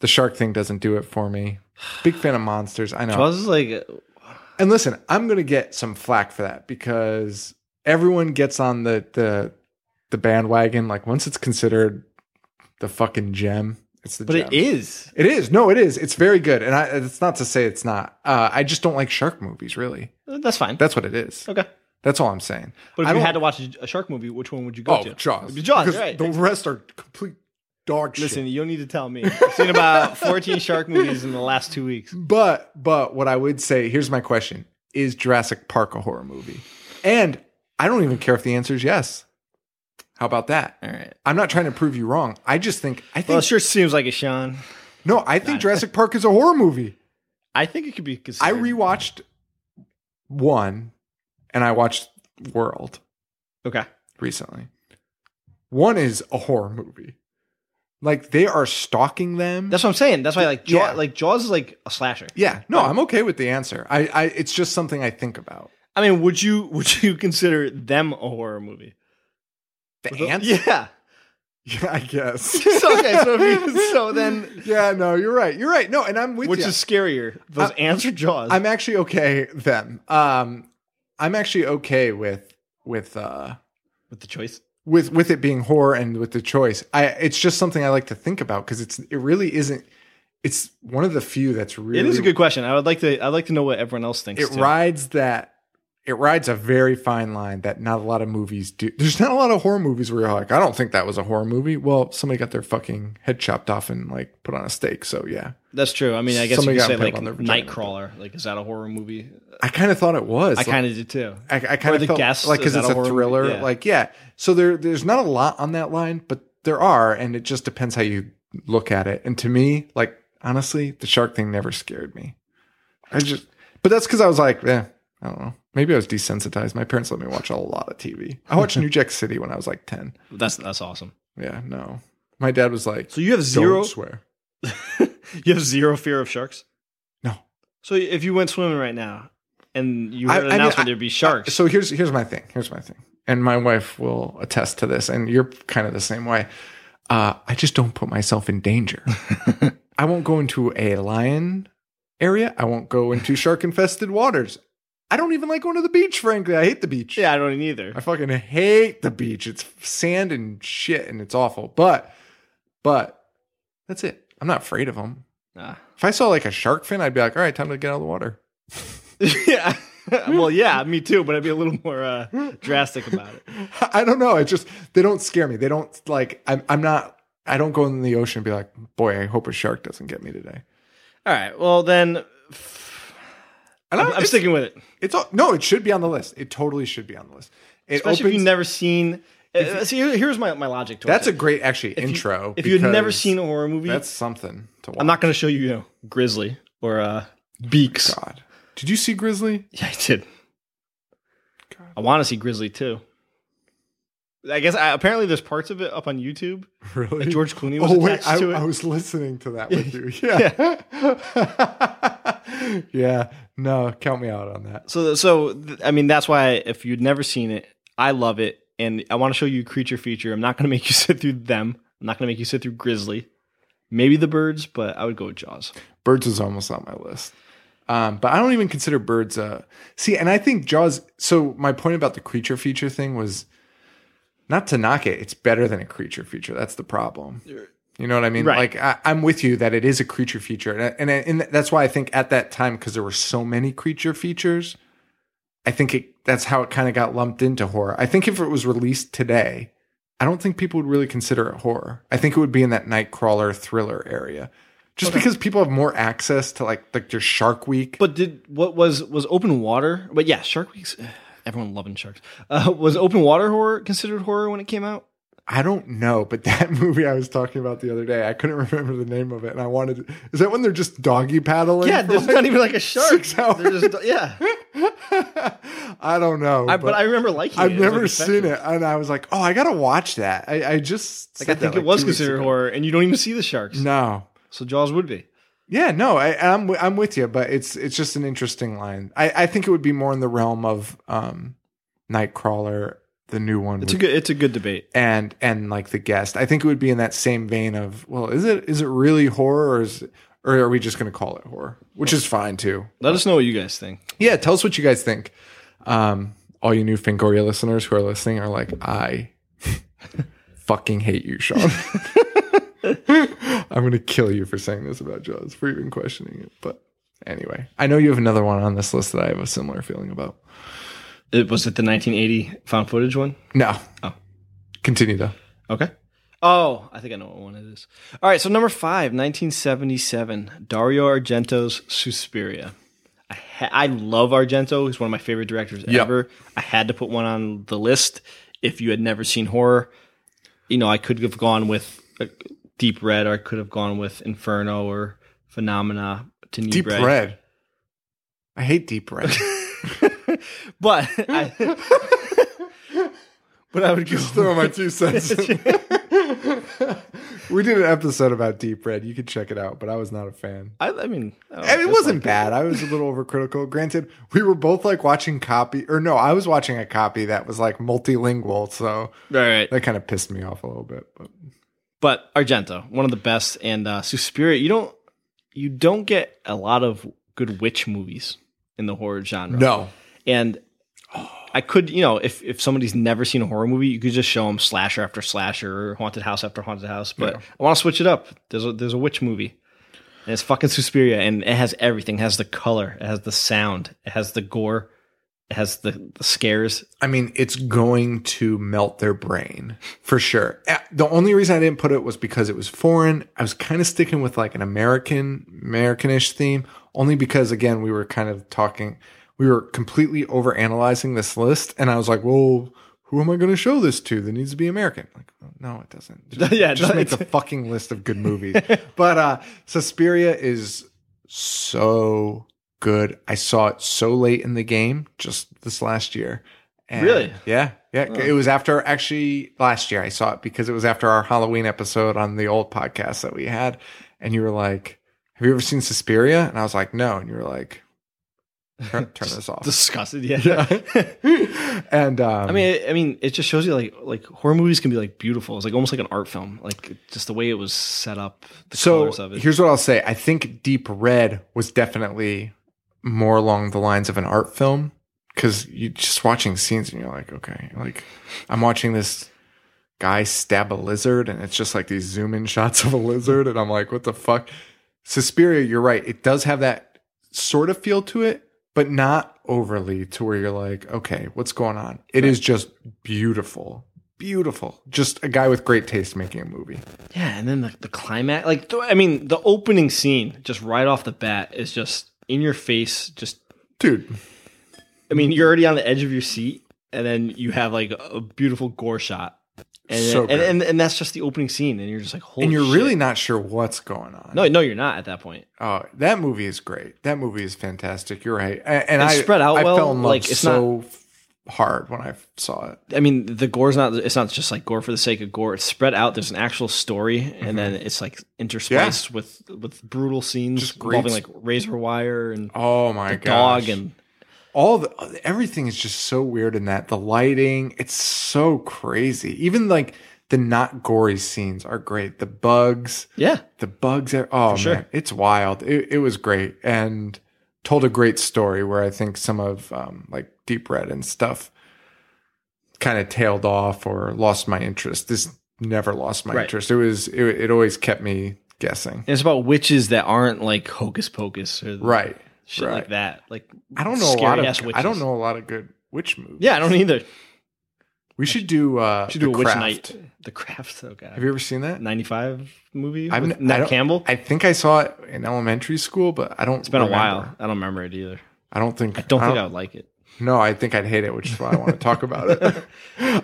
The shark thing doesn't do it for me. Big fan of monsters. I know.
jaws is like
And listen, I'm gonna get some flack for that because everyone gets on the the the bandwagon. Like once it's considered the fucking gem, it's the
but
gem.
it is
It is. No, it is. It's very good. And I, it's not to say it's not. Uh, I just don't like shark movies, really.
that's fine
That's what it is.
okay
That's all I'm saying.
But if
I
you
don't-
had to watch a- a shark movie, which one would you go
oh
to?
Jaws,
Jaws,
Because
right.
The rest are complete dog shit.
Listen, you don't need to tell me. I've seen about 14 shark movies in the last two weeks.
But but what I would say, here's my question: Is Jurassic Park a horror movie? And I don't even care if the answer is yes. How about that?
All right.
I'm not trying to prove you wrong. I just think I think
Well, it sure seems like it, Sean.
no, I think Jurassic Park is a horror movie.
I think it could be considered.
I rewatched one and I watched World
Okay.
recently. One is a horror movie. Like they are stalking them.
That's what I'm saying. That's why, like, Jaw,
Yeah.
like Jaws is like a slasher.
yeah, no, I'm okay with the answer. I, I it's just something I think about.
I mean, would you <laughs> would you consider them a horror movie?
The answer?
Yeah.
<laughs> Yeah, I guess.
<laughs>
<laughs>
So, okay. So, if <laughs> you, so then,
Yeah, no, you're right. You're right. No, and I'm with
which
you.
is scarier, those
I-
ants or Jaws?
I'm actually okay them. Um, I'm actually okay with with uh
with the choice.
with with it being horror and with the choice. I it's just something I like to think about because it's it really isn't. It's one of the few that's really
It is a good question. I would like to. I'd like to know what everyone else thinks.
It
too.
rides that. It rides a very fine line that not a lot of movies do. There's not a lot of horror movies where you're like, I don't think that was a horror movie. Well, somebody got their fucking head chopped off and like put on a stake. So yeah,
That's true. I mean, I guess
Somebody
you
got
could say
pimp
like
on their vagina.
Nightcrawler. Like, is that a horror movie?
I kind of thought it was.
I kind of did too.
I, I kind
Or
of
The
felt
Guest,
like because
is that
it's
a
a,
horror movie?
thriller.
Yeah.
Like yeah, so there there's not a lot on that line, but there are, and it just depends how you look at it. And to me, like honestly, the shark thing never scared me. I just, but that's because I was like, eh, I don't know. Maybe I was desensitized. My parents let me watch a lot of TV. I
<laughs>
watched New Jack City when I was like ten.
That's that's awesome.
Yeah, no, my dad was like,
So you have
don't
zero.
swear.
you have zero fear of sharks.
No.
So if you went swimming right now and you
I-
heard an
I mean,
announcement
I-
there'd be sharks,
So here's here's my thing. Here's my thing. And my wife will attest to this, and you're kind of the same way. Uh, I just don't put myself in danger. I won't go into a lion area. I won't go into shark infested waters. I don't even like going to the beach, frankly. I hate the beach.
yeah, I don't either.
I fucking hate the beach. It's sand and shit and it's awful. But, but that's it. I'm not afraid of them.
Ah.
If I saw like a shark fin, I'd be like, all right, time to get out of the water.
<laughs> yeah. well, yeah, me too. But I'd be a little more uh, drastic about it.
<laughs> I don't know. It just they don't scare me. They don't like. I'm I'm not. I don't go in the ocean and be like, boy, I hope a shark doesn't get me today.
All right. Well, then
And
I'm, I'm
it's,
sticking with it.
It's all, no. It should be on the list. It totally should be on the list. It
Especially if
opens-
you've never seen. uh, see, here- here's my, my logic. Towards
That's a
it.
great actually
If you-
intro.
If you've never
because
seen a horror movie,
that's something to watch.
I'm not going to show you, you know, Grizzly or uh, Beaks.
God, did you see
<laughs>
Grizzly?
Yeah, I did. I want to see Grizzly too. I guess I, apparently there's parts of it up on YouTube.
Really? <laughs>
that George Clooney was
Oh
attached
wait, I,
to it.
I was listening to
<laughs>
that with you. Yeah. <laughs> yeah. No, count me out on that.
so, so th- I mean, that's why if you'd never seen it, I love it, and I want to show you Creature Feature. I'm not going to <laughs> make you sit through them. I'm not going to make you sit through Grizzly. Maybe the birds, but I would go with Jaws.
Birds is almost on my list. Um, but I don't even consider birds a see, and I think Jaws. So my point about the creature feature thing was not to knock it; it's better than a creature feature. That's the problem. You know what I mean?
Right.
Like I, I'm with you that it is a creature feature, and I- and, I, and that's why I think at that time because there were so many creature features, I think it that's how it kind of got lumped into horror. I think if it was released today, I don't think people would really consider it horror. I think it would be in that nightcrawler thriller area, just because people have more access to like like your Shark Week.
But did what was was open water? But yeah, Shark Week's everyone loving sharks. Uh, was open water horror considered horror when it came out?
I don't know, but <laughs> that movie I was talking about the other day, I couldn't <laughs> remember the name of it, and I wanted. Is that when they're just doggy paddling?
<laughs> Yeah,
for,
there's
like-
not even like a shark.
six hours.
They're just- yeah,
<laughs> I don't know,
I, but I remember liking it.
I've
It was, like,
never seen
effective.
it, and I was like, oh, I gotta watch that. I, I just
Like I
said
think
that,
it was
two weeks
considered
ago.
horror, and you don't even see the sharks.
No,
So Jaws would be.
Yeah, no, I, I'm wi- I'm with you, but it's it's just an interesting line. I, I think it would be more in the realm of um, Nightcrawler, the new one,
It's a
with-
good. It's a good debate.
and and like the guest. I think it would be in that same vein of well, is it is it really horror or is or are we just going to call it horror, which is fine too.
Let us know what you guys think.
Yeah, tell us what you guys think. Um, all you new Fangoria listeners who are listening are like, I <laughs> fucking hate you, Sean. <laughs> I'm gonna kill you for saying this about Jaws, for even questioning it. But anyway, I know you have another one on this list that I have a similar feeling about.
It was it the 1980 found footage one?
No.
Oh.
Continue though.
Okay. Oh, I think I know what one it is. All right, so number five, 1977, Dario Argento's Suspiria. I, ha- I love Argento. He's one of my favorite directors
Yeah.
ever. I had to put one on the list. If you had never seen horror, you know, I could have gone with uh, Deep Red or I could have gone with Inferno or Phenomena to New
Deep
Bread.
red. I hate deep red.
But <laughs> I, but I would go
<laughs> Throw my two cents. <laughs> we did an episode about deep red. You could check it out, but I was not a fan.
I, I mean, oh, I don't
I mean, it
dislike
wasn't bad. I was a little overcritical. Granted, we were both like watching copy, or no, I was watching a copy that was like multilingual, so
Right, right.
that kind of pissed me off a little bit. But
but Argento, one of the best, and uh, Suspiria. You don't you don't get a lot of good witch movies in the horror genre.
no,
and I could you know if if somebody's never seen a horror movie, you could just show them slasher after slasher, haunted house after haunted house. But I want to switch it up. There's a, there's a witch movie. And it's fucking Suspiria, and it has everything. It has the color, it has the sound, it has the gore, it has the, the scares.
I mean, it's going to melt their brain for sure. Eh, The only reason I didn't put it was because it was foreign. I was kind of sticking with like an American, Americanish theme, only because again, we were kind of talking, we were completely overanalyzing this list, and I was like, well, who am I going to show this to that needs to be American? Like, no, it doesn't. Just,
<laughs> Yeah,
just
no,
make the
it's-
fucking list
<laughs>
of good movies. but uh Suspiria is so good. I saw it so late in the game just this last year. And
Really?
Yeah. Yeah. It was after actually last year I saw it because it was after our Halloween episode on the old podcast that we had. And you were like, Have you ever seen Suspiria? And I was like, No. And you were like, Turn,
<laughs>
turn this off. <laughs>
Disgusted, yeah. <laughs>
and um,
I mean, I mean, it just shows you like like horror movies can be like beautiful. It's like almost like an art film, like just the way it was set up, the
so
colors of it.
here's what I'll say. I think Deep Red was definitely more along the lines of an art film because you're just watching scenes and you're like, okay, like I'm watching this guy stab a lizard and it's just like these zoom in shots of a lizard and I'm like, what the fuck? Suspiria, you're right. It does have that sort of feel to it, but not overly to where you're like, okay, what's going on? It is just beautiful. Beautiful. Just a guy with great taste making a movie.
yeah, and then the, the climax, like th- I mean, the opening scene, just right off the bat, is just in your face. Just
Dude,
I mean, you're already on the edge of your seat, and then you have like a beautiful gore shot, and
So
and,
good.
and and that's just the opening scene, and you're just like, holy,
and you're
shit.
really not sure what's going on.
no, no, you're not at that point.
oh, that movie is great. That movie is fantastic. You're right. A- And,
It's
I
spread out
I
well,
fell in love
like, it's
so f- hard when I saw it.
I mean, the gore's not. It's not just like gore for the sake of gore. It's spread out. There's an actual story,
Mm-hmm.
and then it's like interspiced with with brutal scenes
Just great
involving like
s-
razor wire and
Oh my
the
gosh.
dog and
all the everything is just so weird in that the lighting it's so crazy even like the not gory scenes are great the bugs
yeah.
the bugs are oh
sure.
man it's wild it, it was great and told a great story where i think some of um, like deep red and stuff kind of tailed off or lost my interest this never lost my
Right.
interest it was it, it always kept me guessing
And it's about witches that aren't like hocus pocus or
right
shit
right.
like that. Like
i don't know a lot
scary-ass
of
witches.
i don't know a lot of good witch movies
Yeah, I don't either.
we should do uh
Should
The
do a witch
Craft.
night. The craft. Oh god.
Have you ever seen that?
Ninety five movie
I've
with
n- I
Nat
don't-
Campbell.
I think I saw it in elementary school, but I don't.
it's been a
remember.
while. I don't remember it either.
I don't think.
I don't think I would like it.
No, I think I'd hate it, which is why I want to talk about
<laughs>
it.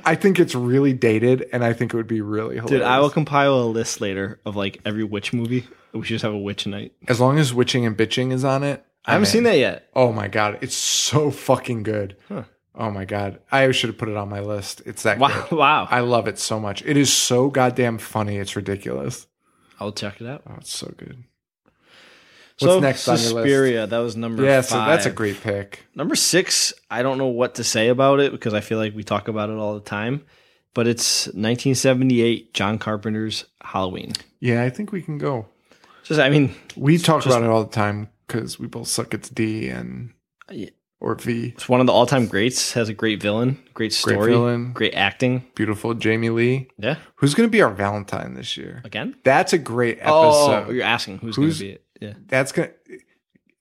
I think it's really dated, and I think it would be really hilarious.
Dude, I will compile a list later of like every witch movie. We should just have a witch night.
as long as witching and bitching is on it.
I haven't seen that yet.
Oh my god, it's so fucking good. Oh my god, I should have put it on my list. It's that.
Wow, <laughs>
good.
wow.
I love it so much. It is so goddamn funny. It's ridiculous.
I'll check it out.
Oh, it's so good.
What's so
next on your list?
Suspiria, that was number
yeah,
five.
so that's a great pick.
number six. I don't know what to say about it because I feel like we talk about it all the time, but it's 1978 John Carpenter's Halloween.
Yeah, I think we can go.
Just, I mean,
We talk about it all the time because we both suck at D and
Uh, Yeah.
or V.
it's one of the all-time greats. Has a great villain, great story,
villain.
great acting.
Beautiful Jamie Lee,
Yeah,
who's going to be our Valentine this year.
again.
That's a great episode.
Oh, you're asking who's,
Who's-
going to be it? Yeah,
That's gonna.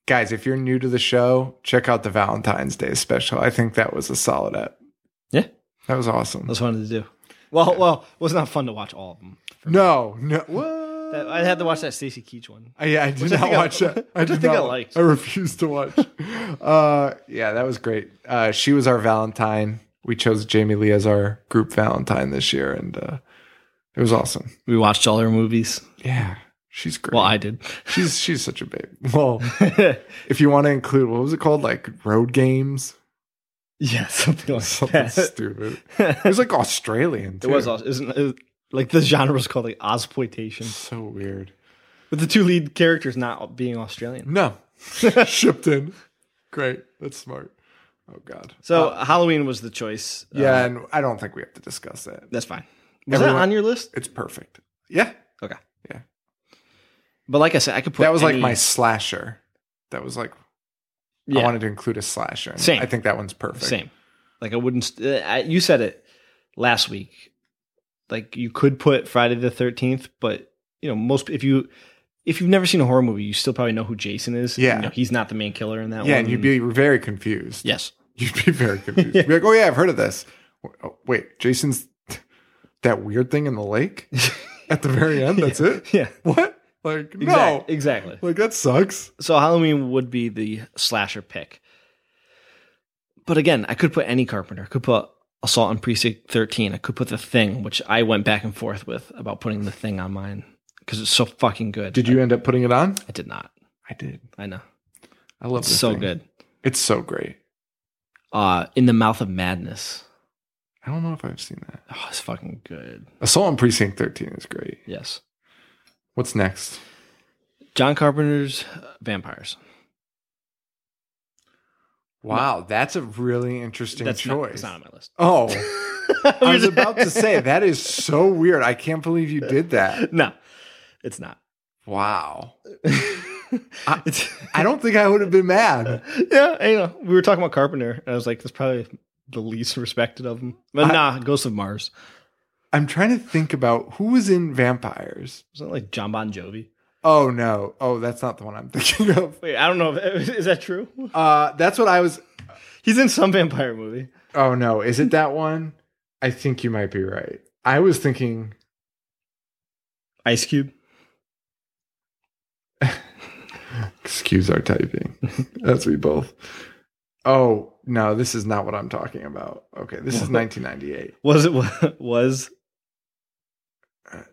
guys, if you're new to the show, check out the Valentine's Day special. I think that was a solid up.
Yeah.
That was awesome.
That's what I wanted to do. Well, well, it was not fun to watch all of them.
No, no. What?
That- I had to watch that Stacey Keach one.
I- yeah, I did
I
not
think I-
watch that. I
<laughs> which I
did
think I
not-
liked.
I refused to
<laughs>
watch. uh, yeah, that was great. Uh, she was our Valentine. We chose Jamie Lee as our group Valentine this year, and uh, it was awesome.
We watched all her movies.
Yeah, she's great.
Well, I did.
she's she's such a babe. Well, <laughs> if you want to include what was it called, like road games,
<laughs>
<laughs>
yeah, something like
something
<laughs> that.
stupid. It was like Australian.
It
Too.
was, awesome. isn't it was- like the genre was called like Ozploitation.
so weird.
With the two lead characters not being Australian. <laughs>
No, shipped in. Great, that's smart. Oh God.
So uh, Halloween was the choice. Uh,
Yeah, and I don't think we have to discuss that.
that's fine. Was that
Everyone-
on your list?
It's perfect. Yeah.
Okay.
Yeah.
But like I said, I could put
that was like
any-
my slasher. That was like
yeah,
I wanted to include a slasher. and
Same.
I think that one's perfect.
same. Like I wouldn't. St- uh, I, you said it last week. Like you could put Friday the Thirteenth, but you know most if you if you've never seen a horror movie, you still probably know who Jason is.
Yeah.
You know, he's not the main killer in that one.
Yeah, and you'd be very confused.
yes.
You'd be <laughs> very confused. You'd be like, oh yeah, I've heard of this. W- Oh, wait, Jason's <laughs> that weird thing in the lake at the very end. <laughs> That's it.
Yeah.
What? Like
Exact-
no.
Exactly.
Like that sucks.
So Halloween would be the slasher pick. But again, I could put any Carpenter. I could put Assault on Precinct 13. I could put The Thing, which I went back and forth with about putting The Thing on mine because it's so fucking good.
Did you end up putting it on?
I did not.
I did.
I know.
I love
It's
this
so
thing.
good.
It's so great.
Uh, In the Mouth of Madness.
I don't know if I've seen that.
Oh, it's fucking good.
Assault on Precinct 13 is great.
Yes.
What's next?
John Carpenter's uh, Vampires.
Wow, that's a really interesting
That's not,
choice.
that's not on my
<laughs>
list.
oh, I was
<laughs>
about to say that is so weird. I can't believe you did that.
No, it's not.
Wow.
it's, <laughs>
I don't think I would have been mad.
yeah, and, you know, we were talking about Carpenter, and I was like, that's probably the least respected of them. But
I-
nah, Ghost of Mars.
I'm trying to think about who was in Vampires.
Wasn't it like John Bon Jovi?
Oh no. Oh, that's not the one I'm <laughs> thinking of.
Wait, I don't know. If, <laughs> is that true?
<laughs> Uh that's what I was
He's in some vampire movie.
Oh no, is it that one? I think you might be right. I was thinking
Ice Cube.
excuse our typing <laughs> as we both. Oh, no, this is not what I'm talking about. Okay, this is 1998.
Was it? <laughs> Was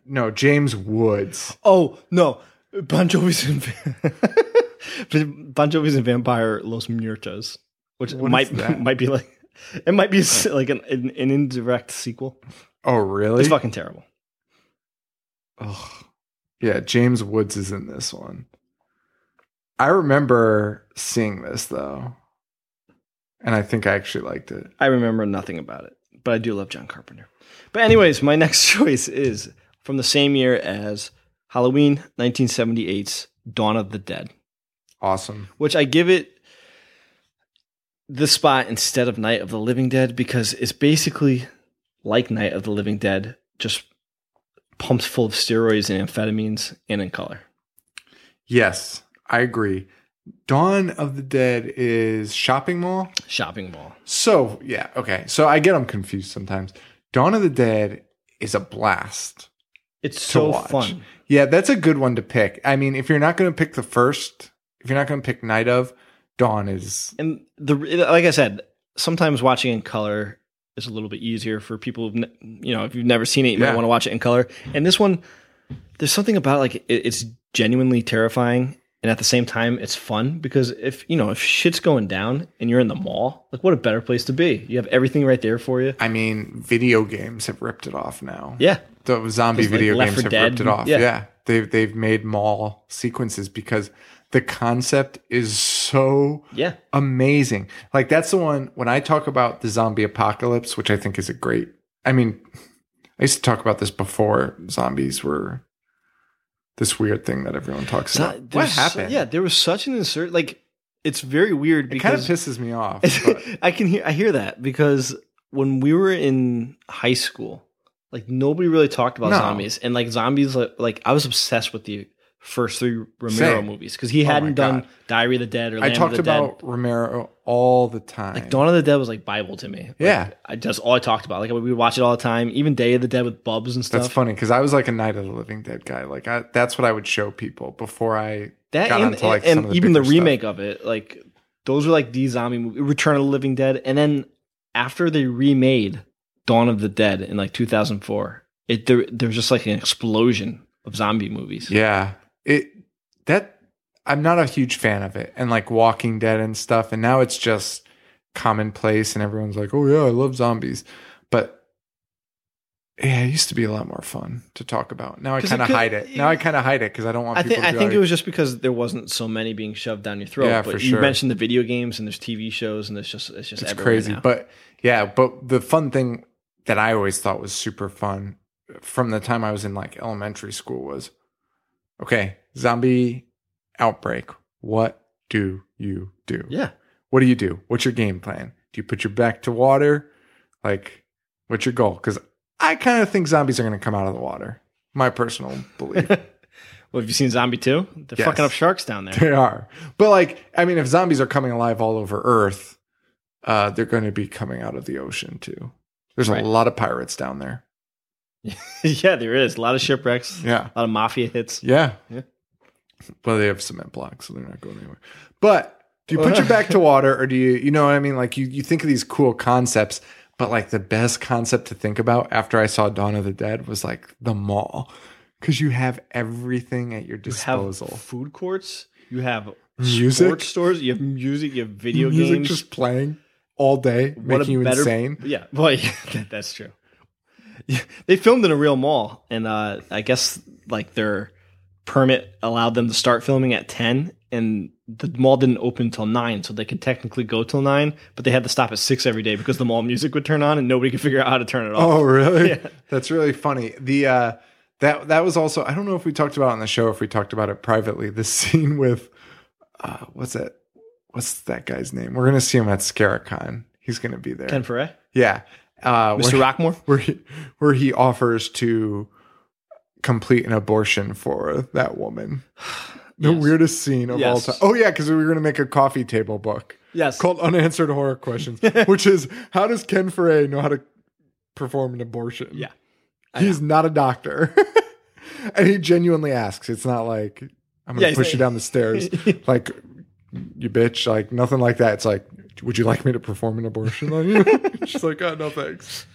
No, James Woods.
oh no, Bon Jovi's in <laughs> Bon Jovi's in Vampire Los Muertos, which
What is
might
that?
<laughs> might be like it might be s- like an an, an indirect sequel.
Oh, really?
It's fucking terrible.
Ugh. Yeah, James Woods is in this one. I remember seeing this though, and I think I actually liked it.
I remember nothing about it, but I do love John Carpenter. But anyways, my <laughs> next choice is from the same year as Halloween 1978's Dawn of the Dead,
Awesome.
which I give it this spot instead of Night of the Living Dead because it's basically like Night of the Living Dead, just pumped full of steroids and amphetamines and in color.
Yes, I agree. Dawn of the Dead is shopping mall.
Shopping mall.
So, yeah, okay. So I get them confused sometimes. Dawn of the Dead is a blast.
It's
to
so
watch.
fun.
Yeah, that's a good one to pick. I mean, if you're not going to pick the first, if you're not going to pick Night of, Dawn is
and the like I said, sometimes watching in color is a little bit easier for people. who've ne- You know, if you've never seen it, you
Yeah.
might want to watch it in color. And this one, there's something about like it, it's genuinely terrifying, and at the same time, it's fun because if you know if shit's going down and you're in the mall, like what a better place to be. You have everything right there for you.
I mean, video games have ripped it off now.
Yeah,
The zombie
Just like
video
Left
games
4
have
Dead.
ripped it off.
Yeah.
Yeah. They've they've made mall sequences because the concept is so
yeah,
amazing. Like that's the one when I talk about the zombie apocalypse, which I think is a great I mean, I used to talk about this before zombies were this weird thing that everyone talks
So-
about. What
there's-
happened?
Yeah, there was such an insert. Like it's very weird
it kind of
because
pisses me off.
<laughs>
but-
I can hear I hear that because when we were in high school, like nobody really talked about
No.
zombies, and like zombies, like, like I was obsessed with the first three Romero
Same. Oh
movies because he
my
hadn't done
God.
Diary of the Dead or
I
Land
talked
of the
about
Dead.
Romero all the time.
Like Dawn of the Dead was like Bible to me. Like,
Yeah.
I just all I talked about. Like we would watch it all the time. Even Day of the Dead with Bubs and stuff.
that's funny because I was like a Night of the Living Dead guy. Like I, that's what I would show people before I
That
got
and,
onto like
and
some of the
even the
bigger stuff.
remake of it, like those are like the zombie movie, Return of the Living Dead, and then after they remade Dawn of the Dead in like 2004, it there there's just like an explosion of zombie movies.
Yeah. It that I'm not a huge fan of it and like Walking Dead and stuff and now it's just commonplace and everyone's like, "Oh yeah, I love zombies." But yeah, it used to be a lot more fun to talk about. Now I
'Cause it
kind of
could-
hide it. Now I kind of hide it because I don't want.
I
people
think
to
I
be
think
like,
it was just because there wasn't so many being shoved down your throat.
Yeah,
but
for
you
sure.
mentioned the video games and there's TV shows and there's just it's just
it's
everywhere
crazy.
now.
But yeah, but the fun thing that I always thought was super fun from the time I was in like elementary school was okay, zombie outbreak. What do you do?
yeah,
what do you do? What's your game plan? Do you put your back to water? Like, what's your goal? Because I kind of think zombies are going to come out of the water. My personal belief.
well, have you seen Zombie Two? They're
Yes.
fucking up sharks down there.
<laughs>
<laughs>
they are. But, like, I mean, if zombies are coming alive all over Earth, uh, they're going to be coming out of the ocean too. There's
Right.
a lot of pirates down there.
yeah, there is a lot of shipwrecks,
Yeah.
a lot of mafia hits.
Yeah.
Yeah.
Well, they have cement blocks, so they're not going anywhere. But do you put
Uh.
your back to water or do you, you know what I mean? Like you, you think of these cool concepts, but like the best concept to think about after I saw Dawn of the Dead was like the mall. Cause you have everything at your
You have
disposal.
food courts. You have
Music?
sports stores. You have music. You have video
Music
games.
just playing all day,
What
making
a
you
better-
insane.
Yeah, <laughs> well, yeah, that, that's true. <laughs> Yeah, they filmed in a real mall, and uh, I guess like their permit allowed them to start filming at ten, and the mall didn't open till nine, so they could technically go till nine, but they had to stop at six every day because the mall music would turn on, and nobody could figure out how to turn it off.
Oh, really?
Yeah.
That's really funny. The uh that that was also I don't know if we talked about it on the show if we talked about it privately. The <laughs> scene with uh what's that what's that guy's name? We're gonna see him at Scaricon. He's gonna be there.
Ken Foray,
yeah. Uh
Mr.
where-
Rockmore.
where he, where he offers to complete an abortion for that
<sighs>
woman. The
Yes.
weirdest scene of all
Yes.
time. Oh yeah, because we were gonna make a coffee table book
Yes,
called Unanswered Horror
<laughs>
Questions, which is how does Ken Foray know how to perform an abortion?
Yeah.
He's not a doctor. <laughs> and he genuinely asks. It's not like I'm
Yeah,
gonna
he's
push
like-
you down the
<laughs>
stairs. like you bitch, like nothing like that. It's like, would you like me to perform an abortion on
<laughs>
you? <laughs> She's like, oh no thanks.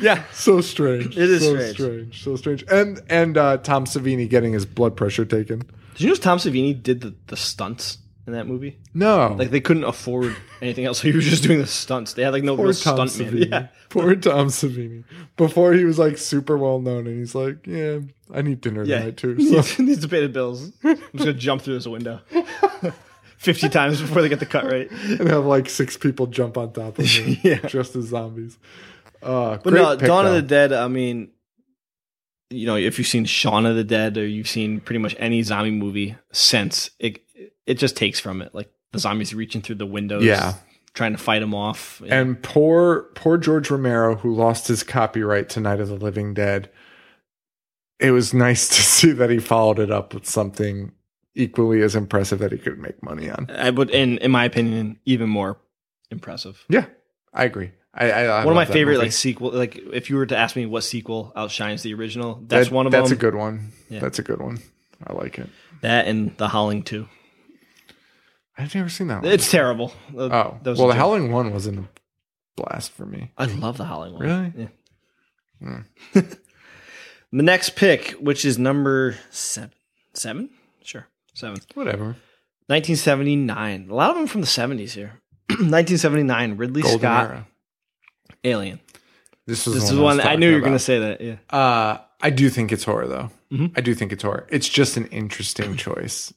yeah,
So strange.
It is
so
strange.
So strange. And and uh, Tom Savini getting his blood pressure taken.
Did you know Tom Savini did the, the stunts in that movie?
No.
Like they couldn't afford anything else, <laughs> so he was just doing the stunts. They had like no
Poor
real
Tom
stunt
Savini.
man. Yeah.
Poor Tom Savini. Before he was like super well known, and he's like, "Yeah, I need dinner
Yeah.
tonight
<laughs>
too." So
Needs to pay the bills. I'm just gonna jump through this window. <laughs> Fifty times before they get the cut right.
and have like six people jump on top of him,
<laughs> Yeah.
dressed as zombies. Uh,
But no, Dawn of the Dead, I mean you know, if you've seen Shaun of the Dead or you've seen pretty much any zombie movie since, it it just takes from it. Like the zombies reaching through the windows,
Yeah.
trying to fight them off.
and poor poor George Romero, who lost his copyright to Night of the Living Dead. It was nice <laughs> to see that he followed it up with something equally as impressive that he could make money on.
I would, in in my opinion, even more impressive.
Yeah, I agree. I, I, I
one of
love
my
that
favorite
movie.
like sequel like if you were to ask me what sequel outshines the original that's
That-
one of
that's
them
a good one.
Yeah.
That's a good one. I like it.
that and the howling 2
I've never seen that one.
it's terrible oh
oh, well, the Howling One wasn't a blast for me.
i love the howling one
Really? Hmm.
yeah. <laughs> the next pick which is number seven seven sure seven
Whatever.
1979 a lot of them from the 70s here <clears throat> 1979 ridley
Golden
scott
era.
alien
This was
this
the
is one i knew you were going to
to.
say Mm-hmm. that yeah
Uh, I do think it's horror, though. I do think it's horror. It's just an
<clears throat>
interesting choice.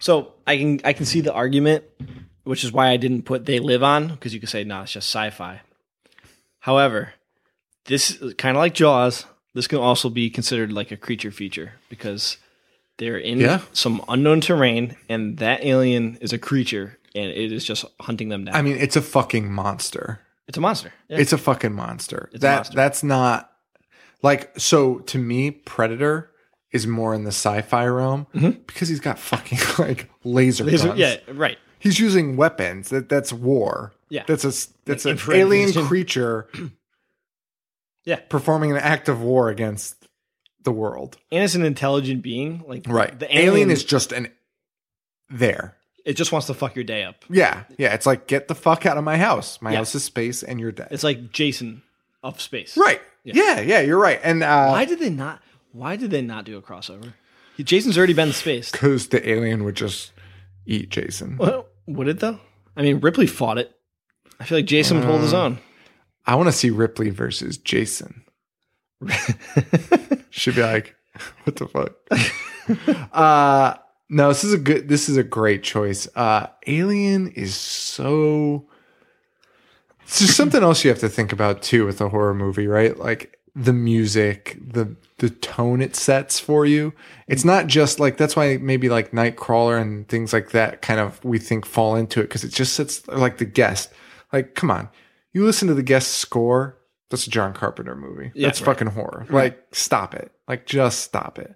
So I can I can see the argument, which is why I didn't put they live on because you could say no, it's just sci-fi. However, this kind of like Jaws. This can also be considered like a creature feature because they're in
Yeah.
some unknown terrain, and that alien is a creature, and it is just hunting them down.
I mean, it's a fucking monster.
it's a monster. Yeah.
It's a fucking monster.
It's a
that
monster.
that's not like so. To me, Predator is more in the sci-fi realm because he's got fucking <laughs> like laser,
Mm-hmm. Laser-
guns.
yeah, right.
He's using weapons. That that's war.
Yeah.
That's a s- that's
Like
an
infrared
alien
vision.
creature
<clears throat> Yeah.
performing an act of war against the world.
And it's an intelligent being. Like
Right.
the
alien,
alien,
is just an there.
it just wants to fuck your day up.
Yeah. Yeah, it's like get the fuck out of my house. My
Yeah.
house is space and you're dead.
It's like Jason of space.
right. Yeah. yeah, you're right. And
Why
uh
did they not? Why did they not do a crossover? Jason's already been to space.
cuz the alien would just eat Jason.
Well, <laughs> would it though? I mean, Ripley fought it. I feel like Jason pulled his <laughs> own.
I want to see Ripley versus Jason. She'd be like, <laughs> "What the fuck?" uh, no, this is a good. This is a great choice. Uh, Alien is so. There's something else you have to think about too with a horror movie, right? Like the music, the the tone it sets for you. It's not just like that's why maybe like Nightcrawler and things like that kind of we think fall into it because it just sets like the guest. Like, come on, you listen to the guest score. That's a John Carpenter movie.
Yeah,
that's
right.
fucking horror. Like, stop it. Like, just stop it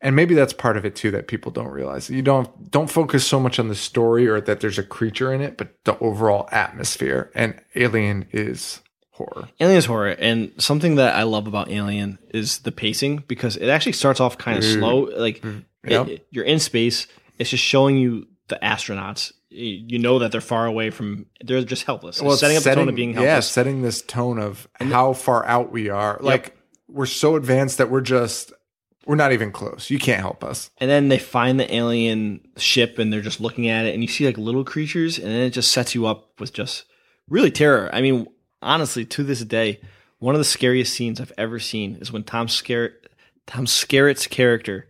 and maybe that's part of it too that people don't realize you don't don't focus so much on the story or that there's a creature in it but the overall atmosphere and alien is horror
Alien is horror, and something that I love about Alien is the pacing because it actually starts off kind of slow. Like it-
Yeah.
it- you're in space, it's just showing you the astronauts. Y- You know that they're far away from. They're just helpless. Well,
it's
setting up the tone of being
yeah
helpless.
setting this tone of how far out we are like we're so advanced that we're just we're not even close you can't help us
And then they find the alien ship, and they're just looking at it, and you see like little creatures, and then it just sets you up with just really terror. I mean, honestly, to this day, one of the scariest scenes I've ever seen is when Tom Skerritt, Tom Skerritt's character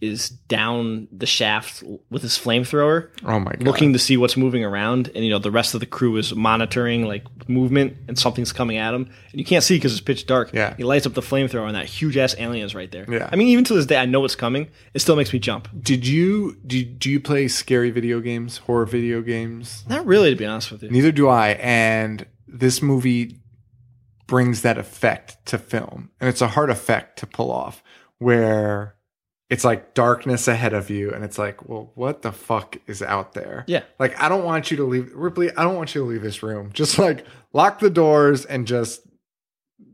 is down the shaft with his flamethrower,
oh my god
looking to see what's moving around, and you know the rest of the crew is monitoring like movement, and something's coming at him, and you can't see because it's pitch dark.
Yeah.
he lights up the flamethrower, and that huge ass alien is right there.
Yeah.
I mean, even to this day, I know it's coming. It still makes me jump.
did you do, do you play scary video games horror video games
Not really, to be honest with you.
Neither do I. And this movie brings that effect to film. And it's a hard effect to pull off where it's like darkness ahead of you. And it's like, well, what the fuck is out there?
Yeah.
Like, I don't want you to leave, Ripley, I don't want you to leave this room. Just like lock the doors and just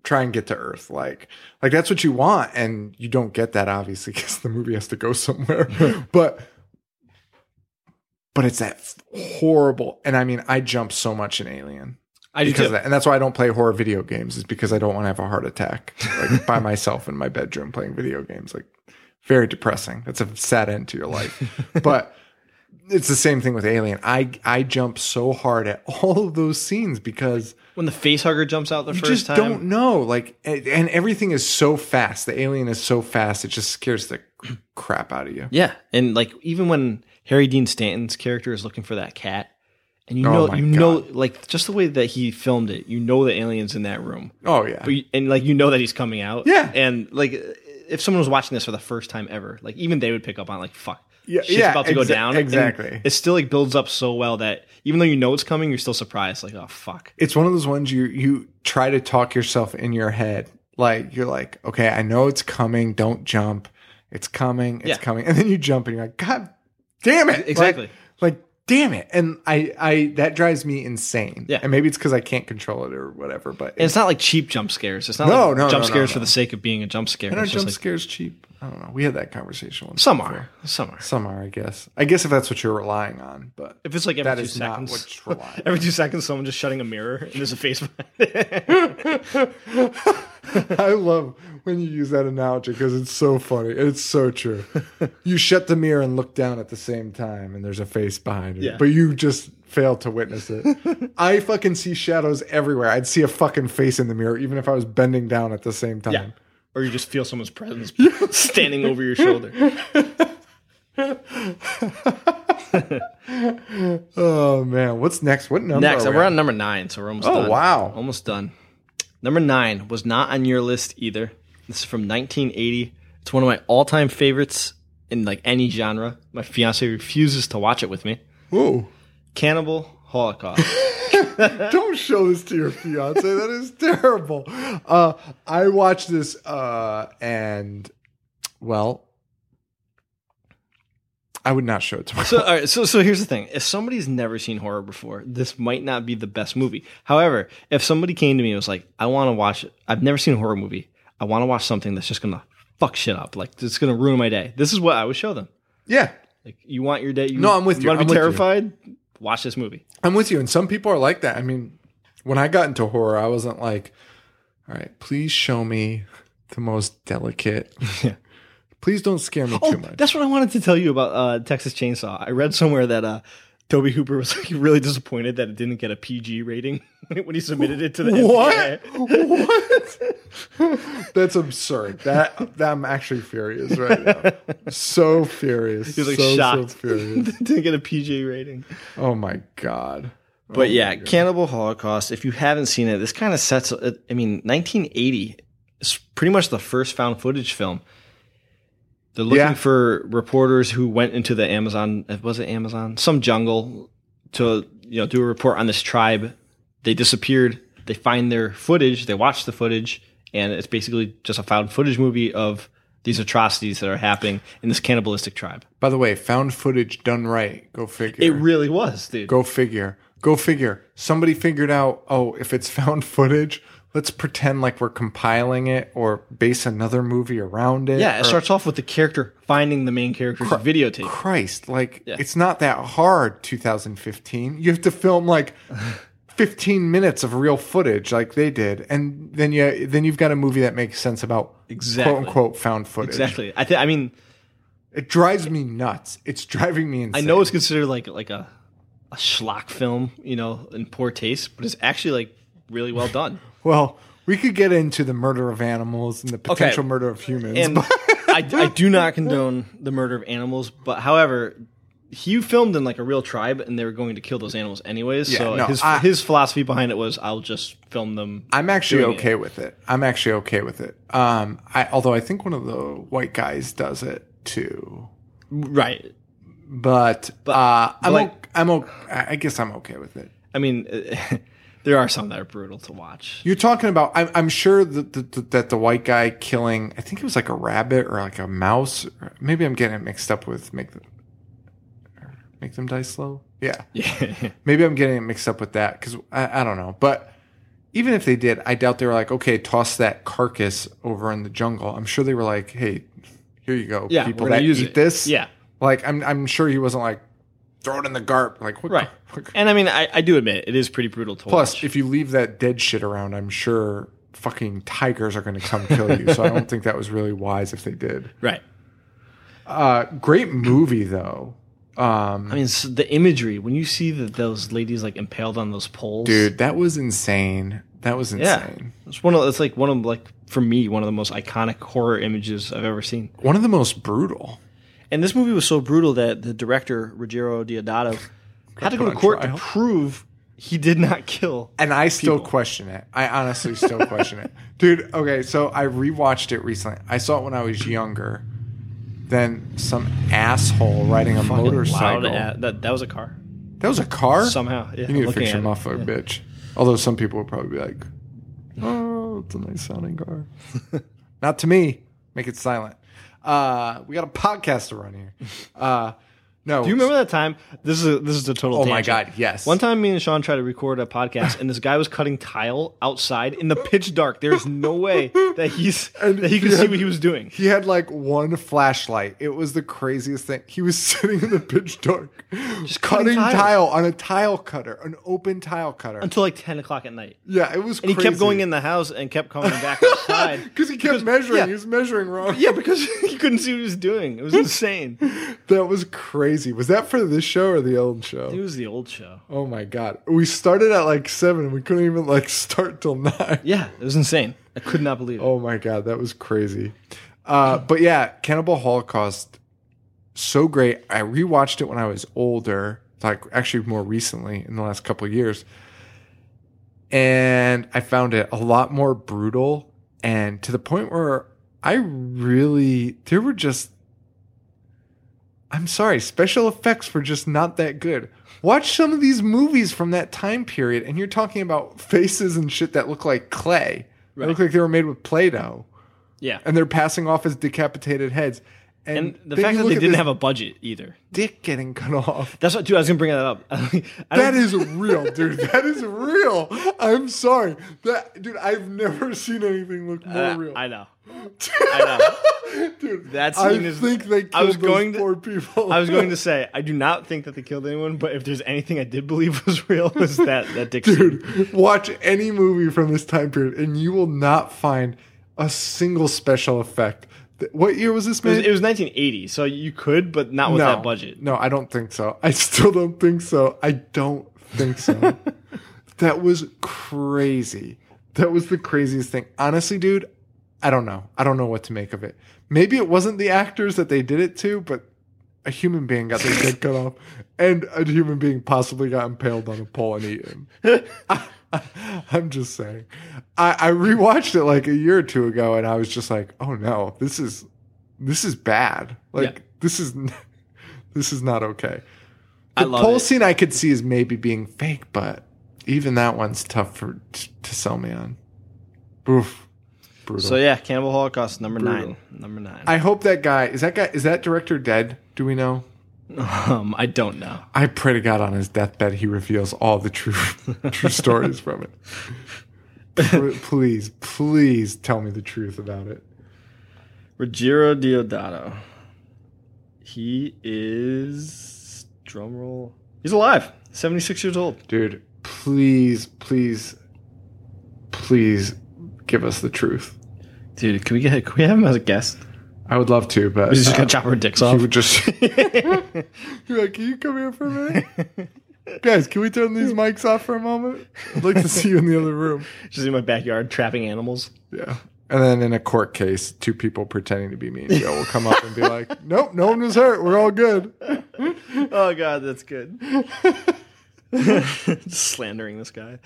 try and get to earth like like that's what you want and you don't get that obviously <laughs> because the movie has to go somewhere but but it's that f- horrible and i mean i jump so much in alien
I do
because
too.
of that and that's why i don't play horror video games is because i don't want to have a heart attack like <laughs> by myself in my bedroom playing video games like very depressing that's a sad end to your
<laughs>
life but it's the same thing with alien i i jump so hard at all of those scenes because
When the facehugger jumps out the
you
first
just
time,
don't know like and, and everything is so fast the alien is so fast it just scares the <clears throat> crap out of you
yeah, and like even when Harry Dean Stanton's character is looking for that cat, and you
Oh
know,
my
you
God.
know, like just the way that he filmed it, you know, the aliens in that room,
oh yeah
but you, and like you know that he's coming out,
Yeah.
and like if someone was watching this for the first time ever, like even they would pick up on like fuck.
Yeah,
Shit's
yeah,
about to go
exa-
down. and
exactly.
It still like builds up so well that even though you know it's coming, you're still surprised. Like, oh fuck.
it's one of those ones you you try to talk yourself in your head like you're like okay i know it's coming don't jump it's coming it's
Yeah.
coming and then you jump and you're like god damn it Like-
Exactly.
like, damn it and i i that drives me insane
Yeah.
and maybe it's because i can't control it or whatever but
And it's not like cheap jump scares. It's not
No,
like
no, no,
jump
no,
scares
no.
for the sake of being a jump scare.
and our
It's just
jump
like,
scares cheap i don't know we had that conversation once
Some
before.
are. Some are.
some are i guess i guess if that's what you're relying on but
If it's like every
that
two
is not
seconds,
what's relying
every two seconds, someone just shutting a mirror <laughs> and there's a face behind it.
<laughs> I love when you use that analogy because it's so funny. It's so
<laughs>
true. you shut the mirror and look down at the same time, and there's a face behind you,
Yeah.
but you just fail to witness it.
<laughs>
I fucking see shadows everywhere. I'd see a fucking face in the mirror, even if I was bending down at the same time.
yeah. Or you just feel
<laughs>
someone's presence standing over your shoulder.
Oh man, what's next? What number?
Next,
are we
we're on number nine, so we're almost
Oh,
done.
wow.
Almost done. Number nine was not on your list either. This is from 1980. It's one of my all time favorites in like any genre. My fiance refuses to watch it with me.
Whoa!
Cannibal
<laughs>
Holocaust.
Don't show this to your fiance. that <laughs> is terrible. Uh, I watched this, uh, and Well, I would not show it to my <laughs>
So, all right, so so here's the thing: if somebody's never seen horror before, this might not be the best movie. However, if somebody came to me and was like, "I want to watch, I've never seen a horror movie. I want to watch something that's just gonna fuck shit up, like it's gonna ruin my day." This is what I would show them.
Yeah,
Like, you want your day? You,
No, I'm with you.
Want to
I'm
be
with you.
terrified? Watch this movie.
I'm with you. And some people are like that. I mean, when I got into horror, I wasn't like, all right, please show me the most delicate.
<laughs> Yeah.
Please don't scare me
Oh,
too much.
that's what I wanted to tell you about uh, Texas Chainsaw. I read somewhere that uh, Toby Hooper was like really disappointed that it didn't get a PG rating <laughs> when he submitted it to
<laughs>
the
What?
NPAA.
what? that's absurd. That, that I'm actually furious right now. So furious.
He's like
so, so
shocked.
furious.
didn't get a <laughs> PG rating.
Oh my god.
But yeah, Cannibal Holocaust. If you haven't seen it, this kind of sets. I mean, 1980 is pretty much the first found footage film. They're looking
Yeah.
for reporters who went into the Amazon. Was it Amazon? Some jungle to you know do a report on this tribe. They disappeared. They find their footage. They watch the footage, and it's basically just a found footage movie of these atrocities that are happening in this cannibalistic tribe.
By the way, found footage done right. Go figure.
It really was, dude.
Go figure. Go figure. Somebody figured out, oh, if it's <laughs> found footage, let's pretend like we're compiling it or base another movie around it.
Yeah,
or-
it starts off with the character finding the main character's videotape.
Christ, like it's not that hard 2015. You have to film
<laughs>
like 15 minutes of real footage like they did and then you then you've got a movie that makes sense about
Exactly.
quote unquote found footage.
Exactly. I, th- I mean,
It drives me nuts. It's driving me
I
insane.
know it's considered like like a a schlock film, you know, in poor taste, but it's actually like really
<laughs>
well done.
Well, we could get into the murder of animals and the potential murder of humans. <laughs>
And
but-
I, I do not condone the murder of animals, but however, he filmed in like a real tribe, and they were going to kill those animals anyways. so
no,
his
I-
his philosophy behind it was, I'll just film them.
I'm actually
doing it.
okay with it. I'm actually okay with it. Um, I, although I think one of the white guys does it too.
right.
But, uh, I'm
like-
ok- I'm okay. I guess I'm okay with it.
I mean, <laughs> there are some that are brutal to watch.
You're talking about. I'm, I'm sure that the, the, that the white guy killing. I think it was like a rabbit or like a mouse. Or maybe I'm getting it mixed up with make them make them die slow.
<laughs>
Yeah. Maybe I'm getting it mixed up with that because I, I don't know. But even if they did, I doubt they were like, okay, toss that carcass over in the jungle. I'm sure they were like, hey, here you go.
Yeah,
people
we're gonna
that
use
eat
it.
this.
Yeah.
Like I'm I'm sure he wasn't like throw it in the garp. Like what
Right.
what-
And I mean, I, I do admit it is pretty brutal to watch.
Plus, if you leave that dead shit around, I'm sure fucking tigers are going to come kill you. so I don't think that was really wise if they did.
Right.
Uh, great movie though, Um,
I mean, s the imagery when you see that those ladies like impaled on those poles,
dude. That was insane. That was
Yeah,
insane.
it's one of it's like one of like for me one of the most iconic horror images I've ever seen.
One of the most brutal.
And this movie was so brutal that the director Rogero Diodato had to go to
on
court
trial.
to prove he did not kill.
And I still question it. I honestly still question it. <laughs> Dude, okay, so I rewatched it recently. I saw it when I was younger. Then some asshole riding a
Fucking loud
motorcycle.
a- that that was a car.
That was a car?
Somehow, yeah,
You need to
looking
fix
at
your
it,
muffler, bitch. Although some people would probably be like, oh, it's a nice sounding car. <laughs> Not to me. Make it silent. Uh, we got a podcast to run <laughs> here. Uh, no.
Do you remember that time? This is a, this is a total.
Oh my
tangent.
God, yes.
One time, me and Sean tried to record a podcast, and this guy was cutting tile outside in the pitch dark. There's no way that he's
<laughs>
that he could see what he was doing.
He had like one flashlight. It was the craziest thing. He was <laughs> sitting in the pitch dark, just
cutting
cutting,
tiles.
tile on a tile cutter, an open tile cutter.
until like 10 o'clock at night.
yeah, it was.
And he kept going in the house and kept coming back
<laughs>
outside.
because he kept measuring.
yeah.
He was measuring wrong.
yeah, because <laughs> he couldn't see what he was doing. It was insane.
that was crazy. Was that for this show or the old show?
It was the old show.
Oh my god. We started at like seven. We couldn't even like <laughs> start till nine.
Yeah, it was insane. I could not believe it.
Oh my god, that was crazy. Uh, but yeah, Cannibal Holocaust, so great. I rewatched it when I was older, like actually more recently in the last couple of years, and I found it a lot more brutal and to the point where I really there were just. I'm sorry, special effects were just not that good. Watch some of these movies from that time period, and you're talking about faces and shit that look like clay. They look like they were made with Play Doh.
Yeah.
and they're passing off as decapitated heads.
And the
then
fact
you
that
look
they
at
didn't
this
have a budget either.
dick getting cut off.
That's what, dude. I was gonna bring that up. <laughs> I
That
don't-
is real,
<laughs>
dude. That is real. I'm sorry. That dude, I've never seen anything look more
uh,
real.
I know. I know.
dude,
That
I
scene is-
think they killed
I was going
those
to-
poor people.
I was going to say I do not think that they killed anyone, but if there's anything I did believe was real, was that that dick scene.
dude, watch any movie from this time period and you will not find a single special effect. Th- What year was this
It was,
made?
it was 1980, so you could, but not with
no,
that budget.
No, I don't think so. I still don't think so. I don't think
<laughs>
so. that was crazy. That was the craziest thing. Honestly, dude, I don't know. I don't know what to make of it. Maybe it wasn't the actors that they did it to, but a human being got their head cut off, and a human being possibly got impaled on a pole and eaten. <laughs> I'm just saying. I, I rewatched it like a year or two ago, and I was just like, "Oh no, this is this is bad. Like
Yeah.
this is n- this is not okay."
I
The
love
pole
it.
scene I could see is maybe being fake, but even that one's tough for t- to sell me on. Oof, brutal.
So yeah, Cannibal Holocaust number
Brutal.
nine. Number nine.
I hope that guy is that guy is that director dead? Do we know?
um, I don't know.
I pray to God on his deathbed he reveals all the true <laughs> true stories from it. P- please, please tell me the truth about it.
Ruggiero Diodato. He is drumroll. He's alive. Seventy six years old.
Dude, please, please, please give us the truth.
Dude, can we get can we have him as a guest?
I would love to, but
He's just
uh,
gonna chop our dicks
he
off.
would
<laughs>
just <laughs> You're like, can you come here for a minute?
<laughs>
Guys, can we turn these mics off for a moment? I'd like to see you in the other room.
just in my backyard trapping animals.
Yeah. And then in a court case, two people pretending to be me and Joe will come up and be
<laughs>
like, Nope, no one was hurt. We're all good.
Oh god, that's good. <laughs> Slandering this guy.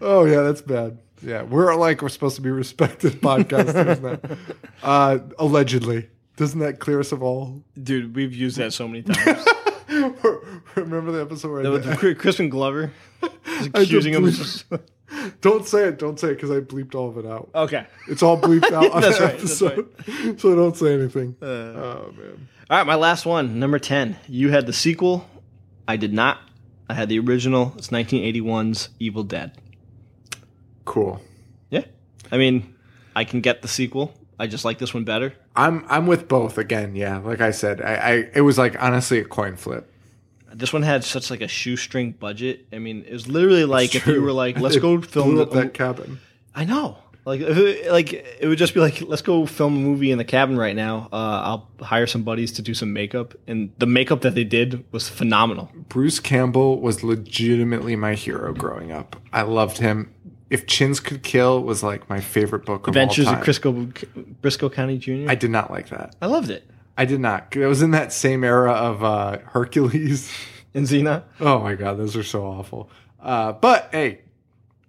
Oh yeah, that's bad. Yeah, we're like we're supposed to be respected <laughs> podcasters now. Uh, allegedly, doesn't that clear us of all? <laughs>
Dude, we've used that so many times.
Remember the episode where I
<laughs> With
did-
Cri- Crispin Glover was
I
accusing him.
just don't say it, don't say it because I bleeped all of it out.
<laughs> okay.
It's all bleeped out on
<laughs> That's
that
right, that's right. Uh.
episode, <laughs> so don't say anything. oh man,
All right, my last one, number 10. You had the sequel. I did not. I had the original. It's 1981's Evil Dead.
cool.
Yeah. I mean, I can get the sequel. I just like this one better.
I'm I'm with both again. Yeah, like I said, I, I it was like honestly a coin flip.
This one had such like a shoestring budget. I mean, it was literally like if you were <laughs> like, let's
It <laughs>
go film
blew
the,
up that cabin.
I know. Like, if it, like it would just be like, let's go film a movie in the cabin right now. Uh, I'll hire some buddies to do some makeup, and the makeup that they did was phenomenal.
Bruce Campbell was legitimately my hero growing up. I loved him. If Chins Could Kill was like my favorite book of
Adventures
all
of
time.
Crisco, Briscoe County Jr.
I did not like that.
I loved it.
I did not. It was in that same era of uh, Hercules. <laughs>
And Xena.
Oh my god, those are so awful. Uh, but hey,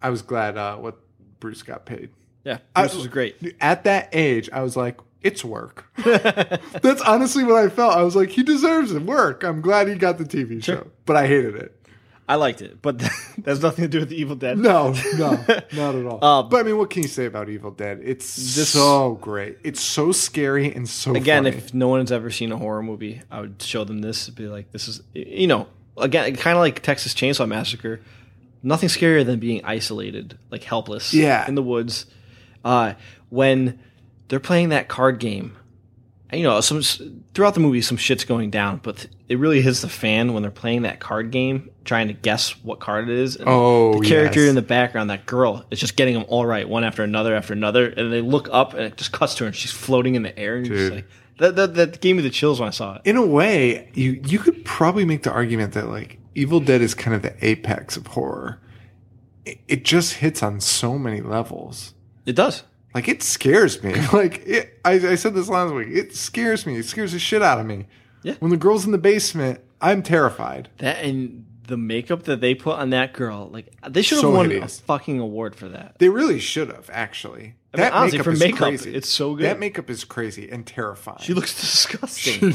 I was glad uh, what Bruce got paid.
Yeah,
I-
this was great.
At that age, I was like, it's work. <laughs> That's honestly what I felt. I was like, he deserves it. Work. I'm glad he got the TV show, but I hated it.
I liked it, but <laughs> that has nothing to do with the Evil Dead.
No, no,
<laughs>
not at all.
Um,
but I mean, what can you say about Evil Dead? It's
This-
so great. It's so scary and so
Again,
funny.
if no one has ever seen a horror movie, I would show them this. Be like, this is you know, again, kind of like Texas Chainsaw Massacre. Nothing scarier than being isolated, like helpless,
Yeah.
in the woods. Uh, when they're playing that card game, and, you know, some throughout the movie, some shit's going down, but it really hits the fan when they're playing that card game, trying to guess what card it is. And
Oh,
the character
yes.
in the background, that girl, is just getting them all right, one after another after another, and they look up and it just cuts to her, and she's floating in the air, and you're just
Dude.
like, that, that that gave me the chills when I saw it.
in a way, you you could probably make the argument that like Evil Dead is kind of the apex of horror. It, it just hits on so many levels.
It does.
Like it scares me. <laughs> Like it, I, I said this last week. It scares me. It scares the shit out of me.
Yeah.
When the girl's in the basement, I'm terrified.
That and the makeup that they put on that girl, like they should have
So
won
hideous.
a fucking award for that.
They really should have actually.
I mean, honestly, for makeup, it's so good.
That makeup is crazy and terrifying. <laughs>
She looks <laughs> disgusting.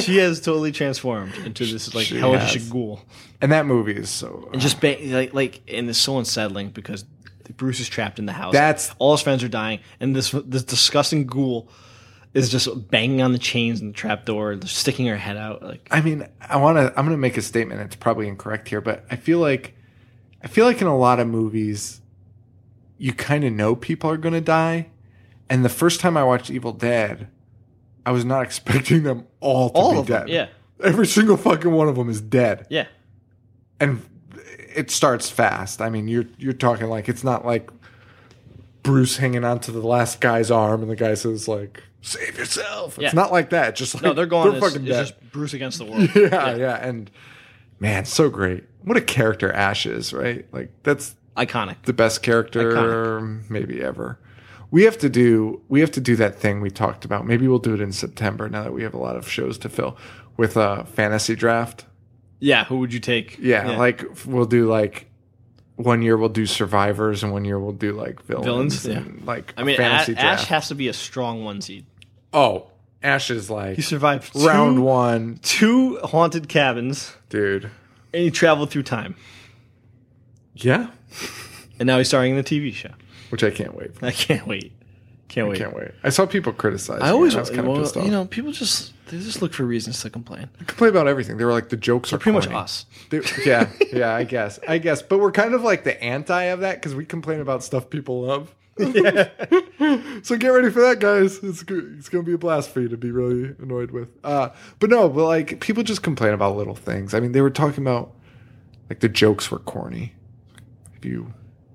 she has totally transformed into this like
She
hellish
has.
ghoul.
and that movie is so.
And just ba- like like and it's so unsettling because Bruce is trapped in the house.
That's-
all his friends are dying, and this this disgusting ghoul is just banging on the chains and the trap door, and sticking her head out. Like
I mean, I want to. I'm going to make a statement. It's probably incorrect here, but I feel like, I feel like in a lot of movies, you kind of know people are going to die. And the first time I watched Evil Dead, I was not <laughs> expecting them all to
all
be
of
dead.
them, yeah,
every single fucking one of them is dead,
yeah.
and it starts fast. I mean, you're you're talking like it's not like Bruce hanging on to the last guy's arm, and the guy says like, "Save yourself." It's
Yeah.
not like that. Just like
No, they're going. it's,
fucking
it's
dead
just Bruce against the
<laughs>
world.
yeah, yeah, and man, so great. What a character Ash is, right? Like that's
Iconic.
the best character maybe ever. We have to do we have to do that thing we talked about. Maybe we'll do it in September now that we have a lot of shows to fill with a fantasy draft.
Yeah, who would you take?
Yeah, like we'll do like one year we'll do survivors and one year we'll do like villains.
Villains,
and, Like
I mean, A-
fantasy draft.
Ash has to be a strong one seed.
oh, Ash is like
He survived two,
round one,
two haunted cabins,
dude.
and he traveled through time,
Yeah,
and now he's starring in the TV show. <laughs>
which I can't wait. for.
I can't wait. Can't wait.
Can't wait. I saw people criticize.
I always,
I was kind
well,
of pissed off.
you know, people just they just look for reasons to complain.
They complain about everything. They were like, the jokes are
Pretty much
corny.
us.
They- yeah, yeah. I guess. I guess. But we're kind of like the anti of that because we complain about stuff people love. <laughs> so get ready for that, guys. It's go- it's gonna be a blast for you to be really annoyed with. Uh, but no, but like people just complain about little things. I mean, they were talking about like the jokes were corny. Have you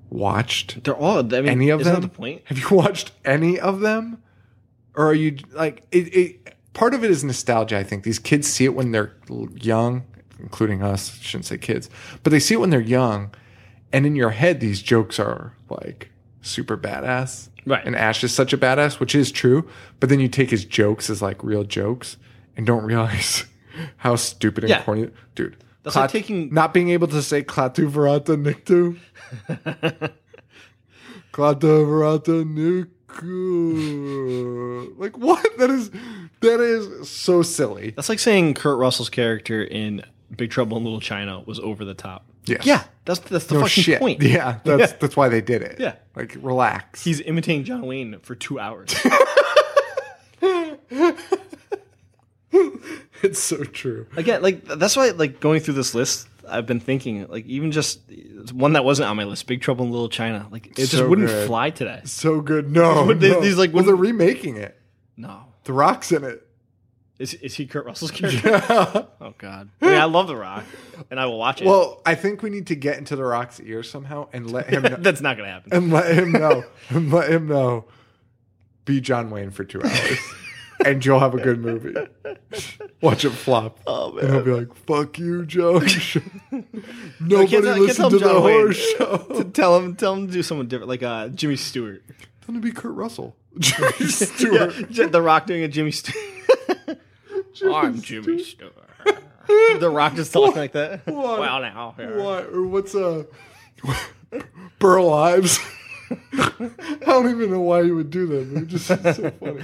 watched
They're all. I mean,
any of
isn't
them?
That the point.
Have you <laughs> watched any of them? Or are you like it, it? Part of it is nostalgia. I think these kids see it when they're l- young, including us. I shouldn't say kids, but they see it when they're young, and in your head, these jokes are like super badass.
Right.
And Ash is such a badass, which is true. But then you take his jokes as like real jokes, and don't realize <laughs> how stupid and
Yeah.
corny, dude.
That's like taking-
not being able to say Klaatu Verata
<laughs>
Niktu. Cladaverata Nuku. Like what? That is that is so silly.
That's like saying Kurt Russell's character in Big Trouble in Little China was over the top.
Yes.
Yeah, that's that's the
No
fucking
shit.
point.
Yeah, that's that's why they did it.
Yeah.
Like relax.
He's imitating John Wayne for two hours.
<laughs> it's so true.
Again, like th- that's why, like going through this list, I've been thinking, like even just it's one that wasn't on my list, Big Trouble in Little China, like it just
So
wouldn't
good.
fly today.
So good. No.
But they-
no.
these, like,
well,
wouldn't-
they're remaking it.
No,
The rocks in it.
is is he Kurt
<laughs>
Russell's character? Oh God, I mean, I love The Rock, and I will watch it.
Well, I think we need to get into the rock's ear somehow and let
<laughs>
him know,
that's not gonna happen.
and let him know and let him know be John Wayne for two
<laughs>
hours. and you'll have a good movie. Watch it flop. Oh man. And he'll be like, fuck you,
<laughs>
Joe. Nobody
tell- I can't tell
listened to
him
the
John Wayne.
horse show.
<laughs> To tell him, tell him to do someone different, like uh, Jimmy Stewart.
<laughs> Tell him to be Kurt <laughs> Russell. Jimmy Stewart.
<laughs> Yeah, J- the Rock doing a Jimmy Stewart. <laughs> I'm Jimmy Stewart. the Rock just talking like
<laughs>
that.
What?
Well, now here.
What or what's uh <laughs> Burl Ives? <laughs> I don't even know why you would do that, but it's just so
<laughs>
funny.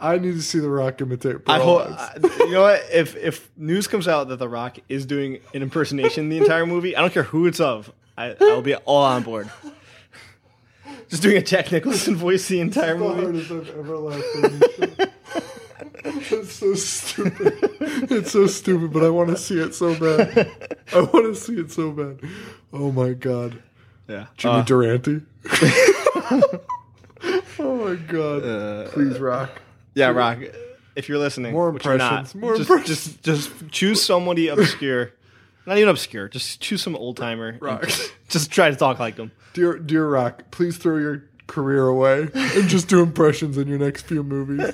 I need to see The Rock imitate Burl
I hope uh,
Ives.
I- you know what. If if news comes out that The Rock is doing an impersonation the entire movie, I don't care who it's of. I, I'll be all on board. <laughs> Just doing a Jack Nicholson voice the entire
the
movie.
hardest I've ever laughed on this
<laughs>
show. It's so stupid. It's so stupid, but I want to see it so bad. I want to see it so bad. Oh my god,
Yeah.
Jimmy Durante.
<laughs>
oh my god,
Uh,
please Rock.
Yeah, Rock. If you're listening,
More
which you're not,
impressions, more
just,
impressions.
Just, just choose
<laughs>
somebody obscure. Not even obscure. Just choose some old timer.
Rock.
Just, <laughs> just try to talk like them.
Dear, dear Rock, please throw your career away and just do impressions in your next few movies.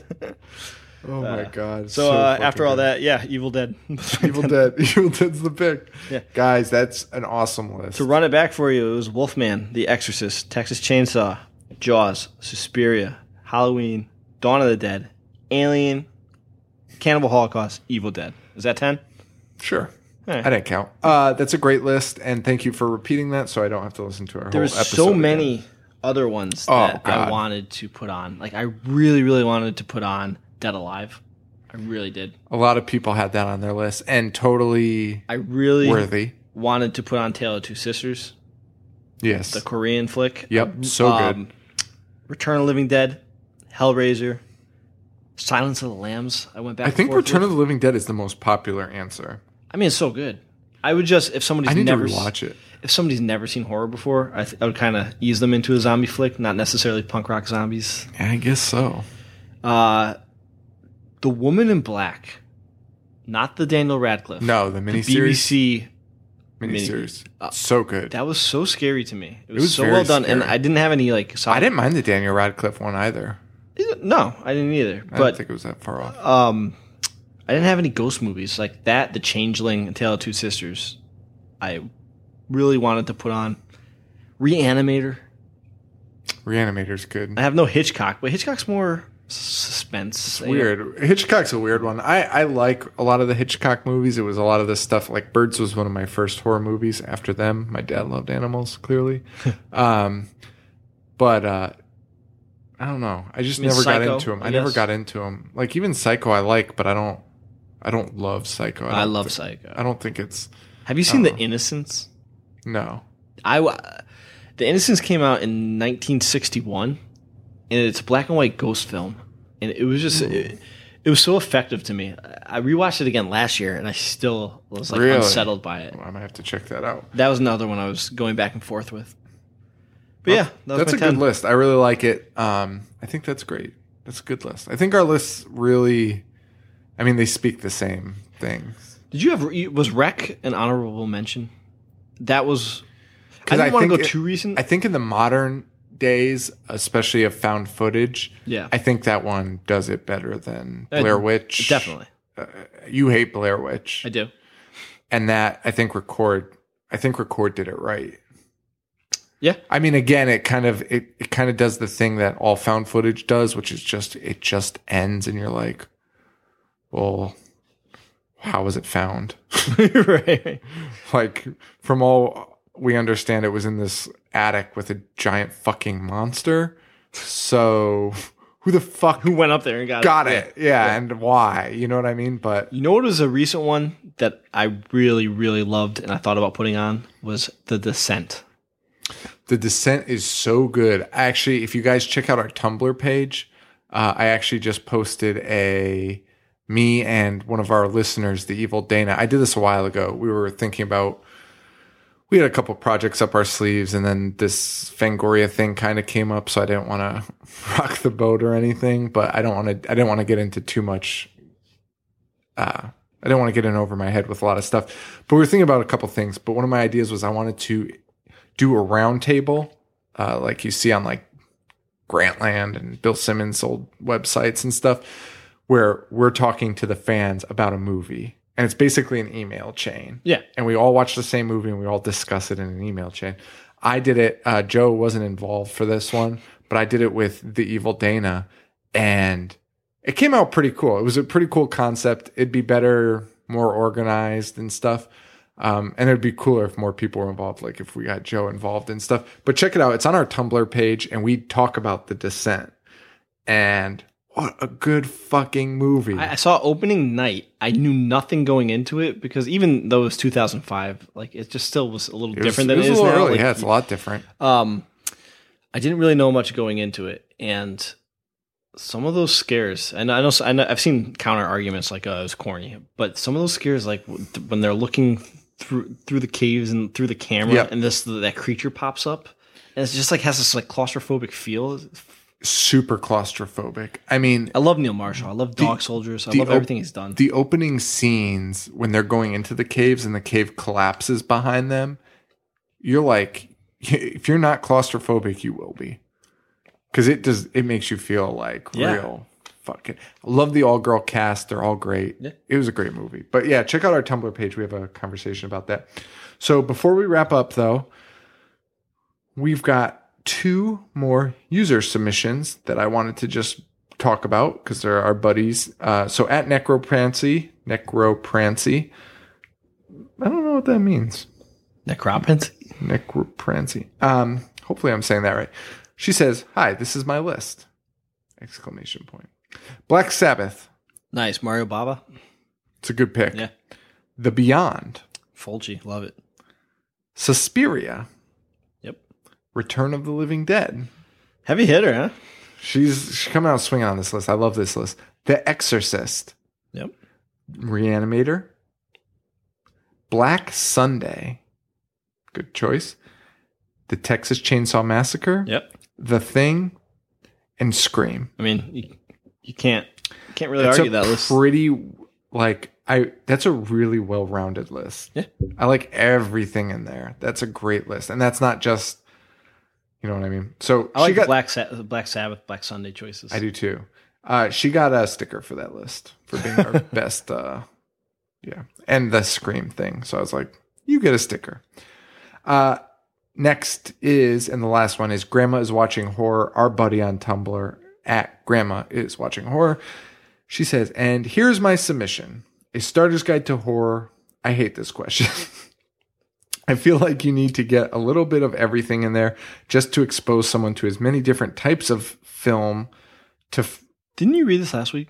Oh my God!
So, uh,
fucking
after all
good.
that, yeah, Evil Dead.
<laughs> Evil Dead, Evil Dead's the pick.
Yeah.
Guys, that's an awesome list.
To <laughs> run it back for you, it was Wolfman, The Exorcist, Texas Chainsaw, Jaws, Suspiria, Halloween, Dawn of the Dead, Alien, Cannibal Holocaust, Evil Dead. Is that ten?
Sure.
right.
I didn't count. Uh, that's a great list, and thank you for repeating that, so I don't have to listen to our whole
There was
episode.
so
again.
many other ones
Oh,
that
God.
I wanted to put on. Like I really, really wanted to put on Dead Alive. I really did.
A lot of people had that on their list, and totally
I really
worthy.
wanted to put on Tale of Two Sisters.
Yes.
the um, Korean flick.
Yep, so good.
Return of the Living Dead, Hellraiser, Silence of the Lambs. I went back.
I think
and forth
Return
with.
of the Living Dead is the most popular answer.
I mean, it's so good. I would just if somebody's
I need
never
to
s-
watch it.
if somebody's never seen horror before, I, th- I would kind of ease them into a zombie flick, not necessarily punk rock zombies.
I guess so.
Uh, the Woman in Black, not the Daniel Radcliffe.
No, the
the
miniseries.
BBC.
miniseries. so good.
uh, That was so scary to me. It was,
was
so
very
well done, and
scary.
I didn't have any like. Solid,
I didn't mind the Daniel Radcliffe one either.
No, I didn't either.
I
but
didn't think it was that far off.
um, I didn't have any ghost movies like that. The Changeling, and Tale of Two Sisters. I really wanted to put on Reanimator.
Reanimator's good.
I have no Hitchcock, but Hitchcock's more suspense. you know?
Weird. Hitchcock's a weird one. I, I like a lot of the Hitchcock movies. It was a lot of this stuff. Like Birds was one of my first horror movies after them. My dad loved animals,
<laughs>
clearly. um, but uh, I don't know. I just
You mean
never got
Psycho,
into them. I,
I
never
guess?
got into them. Like even Psycho, I like, but I don't. I don't love Psycho.
I
don't
love
thi-
Psycho.
I don't think it's
Have you seen The Innocents?
no.
I wa- The Innocents came out in 1961, and it's a black and white ghost film, and it was just it, it was so effective to me. I rewatched it again last year, and I still was like
Really?
unsettled by it.
Well, I might have to check that out.
That was another one I was going back and forth with. But yeah, that was
that's a
my 10.
good list. I really like it. Um, I think that's great. That's a good list. I think our lists really, I mean, they speak the same things.
Did you have you- was Wreck an honorable mention? That was. I
'Cause
didn't want to
think
go
it-
too recent.
I think in the modern days, especially of found footage,
Yeah.
I think that one does it better than
Uh,
Blair Witch.
Definitely,
you hate Blair Witch,
I
<laughs>
do.
and that I think record. I think record did it right.
Yeah,
I mean, again, it kind of it, it kind of does the thing that all found footage does, which is just it just ends, and you're like, well, how was it found? <laughs>
right.
like from all we understand, it was in this attic with a giant fucking monster. So who the fuck
Who went up there and got
got
it?
it? Yeah, and why? You know what I mean? But
You know what was a recent one that I really, really loved and I thought about putting on was The Descent.
The Descent is so good. Actually, if you guys check out our Tumblr page, uh, I actually just posted a me and one of our listeners, the Evil Dana. I did this a while ago. We were thinking about we had a couple projects up our sleeves, and then this Fangoria thing kind of came up, so I didn't want to <laughs> rock the boat or anything. But I don't want to. I didn't want to get into too much. Uh, I didn't want to get in over my head with a lot of stuff. But we were thinking about a couple things. But one of my ideas was I wanted to do a round table uh, like you see on like grantland and bill simmons old websites and stuff where we're talking to the fans about a movie and it's basically an email chain
Yeah.
and we all watch the same movie and we all discuss it in an email chain i did it uh, joe wasn't involved for this one but i did it with the evil dana and it came out pretty cool it was a pretty cool concept it'd be better more organized and stuff um, and it'd be cooler if more people were involved, like if we got Joe involved and stuff. But check it out. It's on our Tumblr page, and we talk about the descent. And what a good fucking movie.
I, I saw opening night. I knew nothing going into it because even though it was 2005, like it just still was a little
It was-
different
it
than
was
it is
a little
now.
early.
Like,
yeah, it's a lot different.
um, I didn't really know much going into it, and some of those scares, and I know, I know I've seen counter arguments like uh, it was corny, but some of those scares, like w- th- when they're looking through through the caves and through the camera,
Yep.
and this that creature pops up, and it's just like has this like claustrophobic feel.
Super claustrophobic. I mean,
I love Neil Marshall. I love Dog Soldiers. I
the
love
op-
everything he's done.
the opening scenes when they're going into the caves and the cave collapses behind them, you're like, <laughs> if you're not claustrophobic, you will be, because it does. It makes you feel like
Yeah.
real fucking. I love the all girl cast. They're all great. It was a great movie. But yeah, check out our Tumblr page. We have a conversation about that. So before we wrap up, though, we've got two more user submissions that I wanted to just talk about because they're our buddies. Uh, so at Necroprancy, Necroprancy. I don't know what that means.
Necropens.
Necroprancy. Um, hopefully I'm saying that right. She says, "Hi, this is my list!" Exclamation point. Black Sabbath.
Nice Mario Baba.
It's a good pick.
Yeah.
The Beyond.
Folgy. Love it.
Suspiria.
Yep.
Return of the Living Dead.
Heavy hitter, huh?
She's she coming out swinging on this list. I love this list. The Exorcist,
Yep.
Reanimator, Black Sunday. Good choice. The Texas Chainsaw Massacre,
Yep.
The Thing, and Scream.
I mean, you, you can't you can't really
That's
argue
a
that list.
pretty like I that's a really well-rounded list.
Yeah.
I like everything in there. That's a great list. And that's not just you know what I mean. So
I like
she got
Black Sa- Black Sabbath, Black Sunday choices.
I do too. Uh, she got a sticker for that list for being our best. Uh, yeah, and the scream thing. So I was like, you get a sticker. Uh, next is and the last one is Grandma is watching horror. Our buddy on Tumblr at Grandma is watching horror. She says, and here's my submission: a starter's guide to horror. I hate this question. <laughs> I feel like you need to get a little bit of everything in there just to expose someone to as many different types of film to f-
Didn't you read this last week?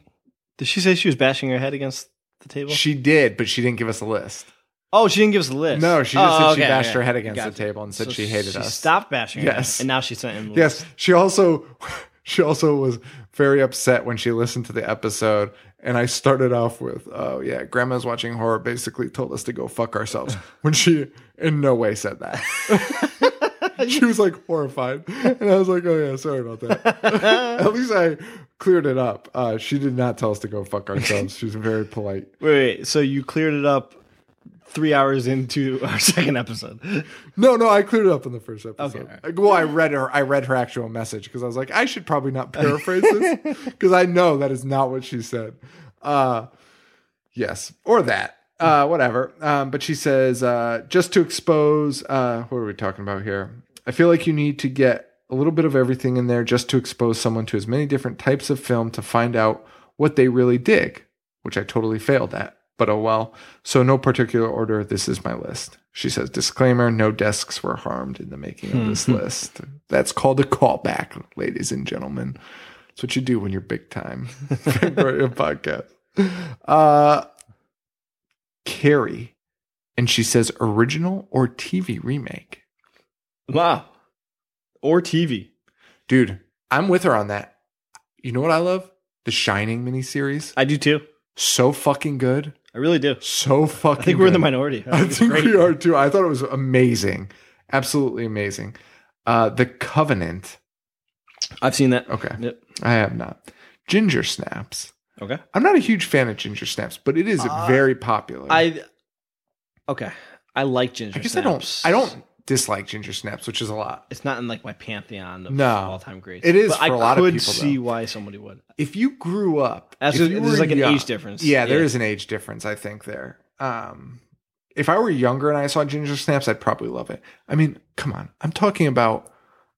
Did she say she was bashing her head against the table?
she did, but she didn't give us a list.
oh, she didn't give us a list.
No, she just
Oh,
said she
okay,
bashed
okay.
her head against
Gotcha.
the table and said
So
she hated us.
Stopped bashing. her head,
Yes.
and now she's sent him. the list.
Yes, she also <laughs> she also was very upset when she listened to the episode. And I started off with, "Oh yeah, Grandma's watching horror." Basically, told us to go fuck
<laughs>
ourselves when she in no way said that.
<laughs>
she was like horrified, and I was like, "Oh yeah, sorry about that." <laughs> At least I cleared it up. Uh, she did not tell us to go fuck ourselves. She was very polite.
Wait, wait, so you cleared it up three hours into <laughs> our second episode.
No, no, I cleared it up in the first episode.
Okay, all
Like, Well, I read her. I read her actual message because I was like, I should probably not paraphrase this
<laughs>
because I know that is not what she said. Uh, yes, or that, uh, whatever. Um, but she says uh, just to expose. Uh, what are we talking about here? I feel like you need to get a little bit of everything in there just to expose someone to as many different types of film to find out what they really dig, which I totally failed at. But oh well. So, no particular order. This is my list. She says, disclaimer no desks were harmed in the making of
Hmm. <laughs>
this list. That's called a callback, ladies and gentlemen. That's what you do when you're big time. <laughs> February of <laughs> podcast. Uh, Carrie. And she says, original or TV remake?
Wow. Or TV.
Dude, I'm with her on that. You know what I love? The Shining miniseries.
I do too.
So fucking good.
I really do.
So fucking
I think we're in the
good.
minority.
I
it's
think
great.
we are too. I thought it was amazing. Absolutely amazing. Uh, the Covenant.
I've seen that.
Okay.
Yep.
I have not. Ginger Snaps.
Okay.
I'm not a huge fan of Ginger Snaps, but it is
Uh,
very popular.
I okay. I like ginger.
I guess
snaps.
I don't. I don't dislike Ginger Snaps, which is a lot.
It's not in like my pantheon of
No.
all-time greats.
It is
but I
for a lot of
could
people,
see
though.
why
<laughs>
somebody would.
If you grew up,
That's
if
just-
you
there's
were
like an
young-
age difference.
Yeah, there
Yeah.
is an age difference. I think there. Um, if I were younger and I saw Ginger Snaps, I'd probably love it. I mean, come on. I'm talking about.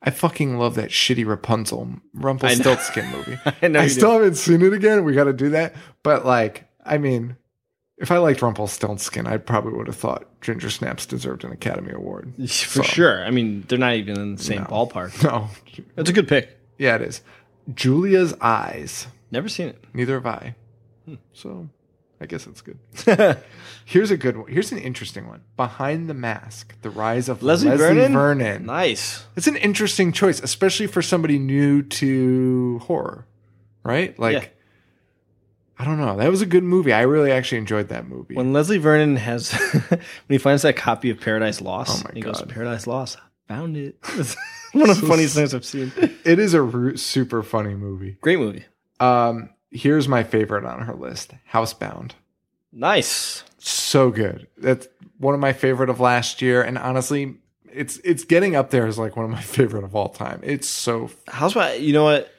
I fucking love that shitty Rapunzel Rumpelstiltskin movie.
<laughs> I know
I
you do.
still haven't seen it again. We got to do that. But like, I mean, if I liked Rumpelstiltskin, I probably would have thought Ginger Snaps deserved an Academy
<laughs>
Award.
for sure. I mean, they're not even in the same
No.
ballpark.
No,
That's a good pick.
yeah, it is. Julia's eyes.
Never seen it.
Neither have I.
Hmm.
So, I guess it's good.
<laughs>
Here's a good one. Here's an interesting one. Behind the Mask: The Rise of
Leslie,
Leslie,
Vernon.
Vernon.
Nice.
It's an interesting choice, especially for somebody new to horror, right? Like.
Yeah.
I don't know. That was a good movie. I really actually enjoyed that movie.
When Leslie Vernon has, <laughs> when he finds that copy of Paradise Lost,
Oh my
and he goes,
God.
Paradise Lost, I
<laughs>
found it. It's one of the funniest things I've seen.
It is a ru- super funny movie.
Great movie.
Um, here's my favorite on her list: Housebound.
Nice.
So good. That's one of my favorite of last year, and honestly, it's it's getting up there as like one of my <laughs> favorite of all time. It's so
Housebound, you know what?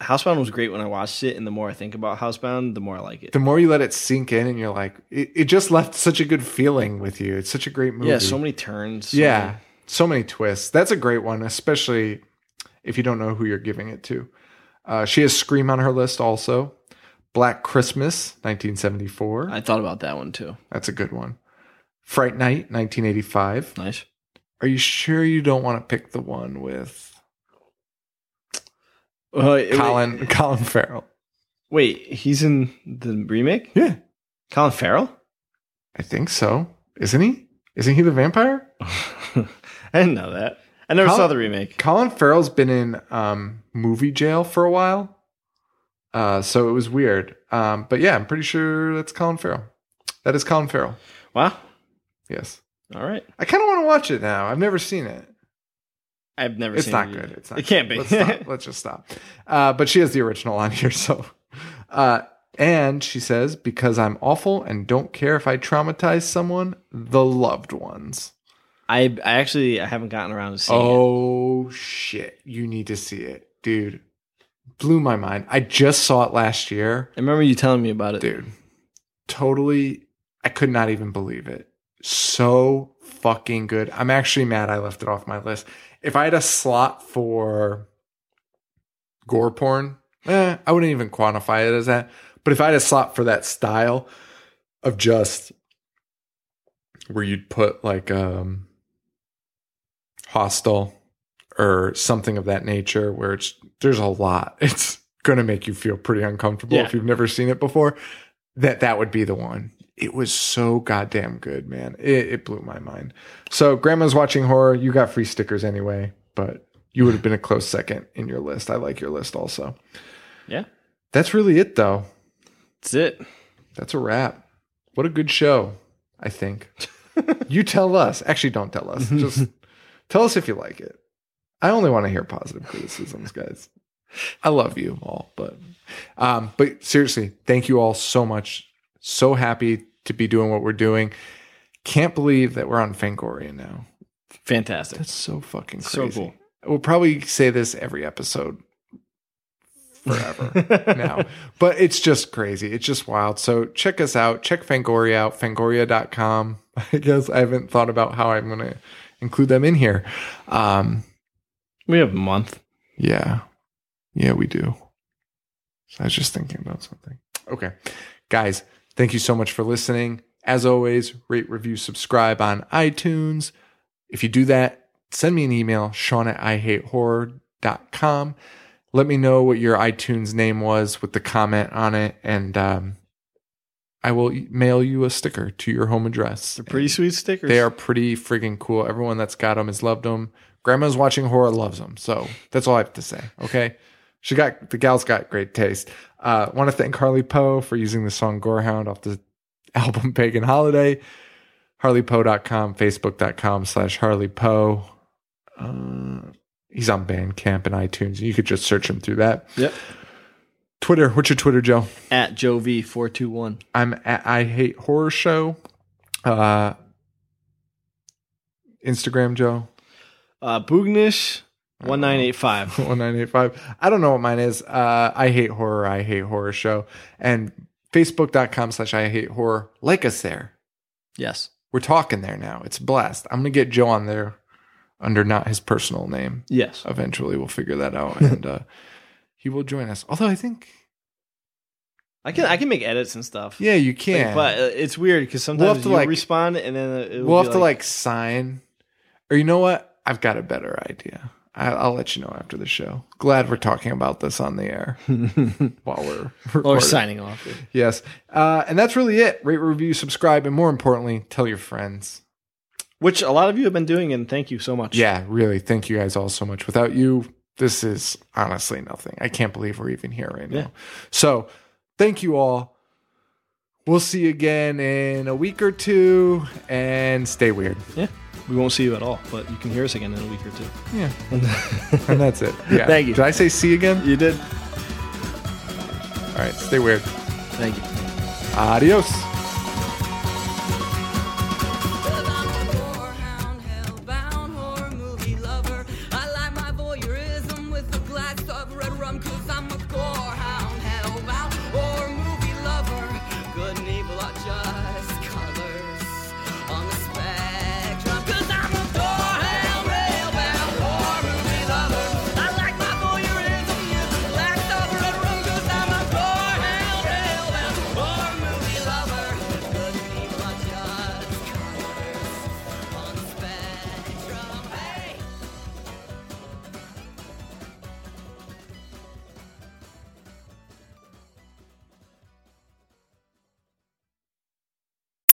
Housebound was great when I watched it, and the more I think about Housebound, the more I like it.
the more you let it sink in, and you're like, it, it just left such a good feeling with you. It's such a great movie.
Yeah, so many turns. so
yeah, so many twists. That's a great one, especially if you don't know who you're giving it to. Uh, she has Scream on her list also. Black Christmas, 1974.
many- I thought about that one too.
That's a good one. Fright Night, 1985.
Nice.
Are you sure you don't want to pick the one with
Well, it-
<laughs> Colin Colin Farrell?
Uh, Wait, he's in the remake?
Yeah,
Colin Farrell? <laughs>
I think so. Isn't he? Isn't he the vampire?
I didn't know that. I never
How-
saw the remake.
Colin Farrell's been in um, movie jail for a while, uh, so it was weird. Um, but yeah, I'm pretty sure that's Colin Farrell. That is Colin Farrell.
Wow.
Yes,
All right.
I kind of want to watch it now. I've never seen it.
I've never
It's
seen
not
it
good.
either.
It's not.
It can't
good.
be.
Let's,
<laughs>
stop. Let's just stop. Uh, but she has the original on here, so. Uh, and she says, "Because I'm awful and don't care if I traumatize someone, the loved ones."
I I actually I haven't gotten around to seeing it.
Oh shit! You need to see it, dude. Blew my mind. I just saw it last year,
I remember you telling me about it.
dude. Totally, I could not even believe it. So fucking good. I'm actually mad I left it off my list. If I had a slot for gore porn, eh, I wouldn't even quantify it as that. But if I had a slot for that style of just where you'd put like um hostile or something of that nature where it's there's a lot <laughs> it's gonna make you feel pretty uncomfortable
Yeah.
if you've never seen it before that that would be the one it was so goddamn good man it, it blew my mind so grandma's watching horror you got free stickers anyway but you would have been a close second in your list i like your list also
Yeah.
that's really it though
That's it.
that's a wrap. What a good show, I think. you tell us. Actually, don't tell us. Just tell us if you like it. I only want to hear positive criticisms, guys. I love you all, but um, but seriously, thank you all so much. So happy to be doing what we're doing. Can't believe that we're on Fangoria now.
Fantastic.
That's so fucking
So
crazy.
cool.
We'll probably say this every episode forever
<laughs>
now. But it's just crazy. It's just wild. So check us out. Check Fangoria out, fangoria.com. <laughs> I guess I haven't thought about how I'm going to include them in here. Um,
We have a month.
yeah. Yeah, we do. I was just thinking about something. Okay. Guys, thank you so much for listening. As always, rate, review, subscribe on iTunes. If you do that, send me an email, Sean at ihatehorror.com. Let me know what your iTunes name was with the comment on it, and um, I will e- mail you a sticker to your home address.
They're pretty sweet stickers.
They are pretty friggin' cool. Everyone that's got them has loved them. Grandma's watching horror loves them. So that's all I have to say. Okay. She got the gal's got great taste. Uh, want to thank Harley Poe for using the song Gorehound off the <laughs> album Pagan Holiday. HarleyPoe.com, Facebook.com slash Harley Poe. Uh, he's on Bandcamp and iTunes. You could just search him through that.
Yep.
Twitter. What's your Twitter, Joe?
At Joe V four two one.
I'm at I Hate Horror Show. Uh, Instagram, Joe.
Uh Boognish one nine
<laughs>
eight five.
1985. I don't know what mine is. Uh, I hate horror. I hate horror show. And facebook.com slash I hate horror. Like us there.
Yes.
We're talking there now. It's a blast. I'm going to get Joe on there under not his personal name.
Yes.
Eventually, we'll figure that
<laughs>
out. And uh, he will join us. Although, I think,
I can I can make edits and stuff.
yeah, you
Like,
can.
but uh, it's weird because sometimes
We'll have to,
you
like-
respond and then it
we'll have to like sign. Or you know what? I've got a better idea. I, I'll let you know after the show. Glad we're talking about this on the
<laughs>
air while we're
or
recording.
signing off.
Yes. Uh, and that's really it. Rate, review, subscribe, and more importantly, tell your friends.
Which a lot of you have been doing and thank you so much.
Yeah, really. Thank you guys all so much. Without you, this is honestly nothing. I can't believe we're even here right now.
Yeah.
So thank you all. We'll see you again in a week or two and stay weird.
Yeah. We won't see you at all, but you can hear us again in a week or two.
Yeah. and that's
<laughs>
it. Yeah.
Thank you.
Did I say see again?
You did.
All right. Stay weird.
Thank you.
Adios.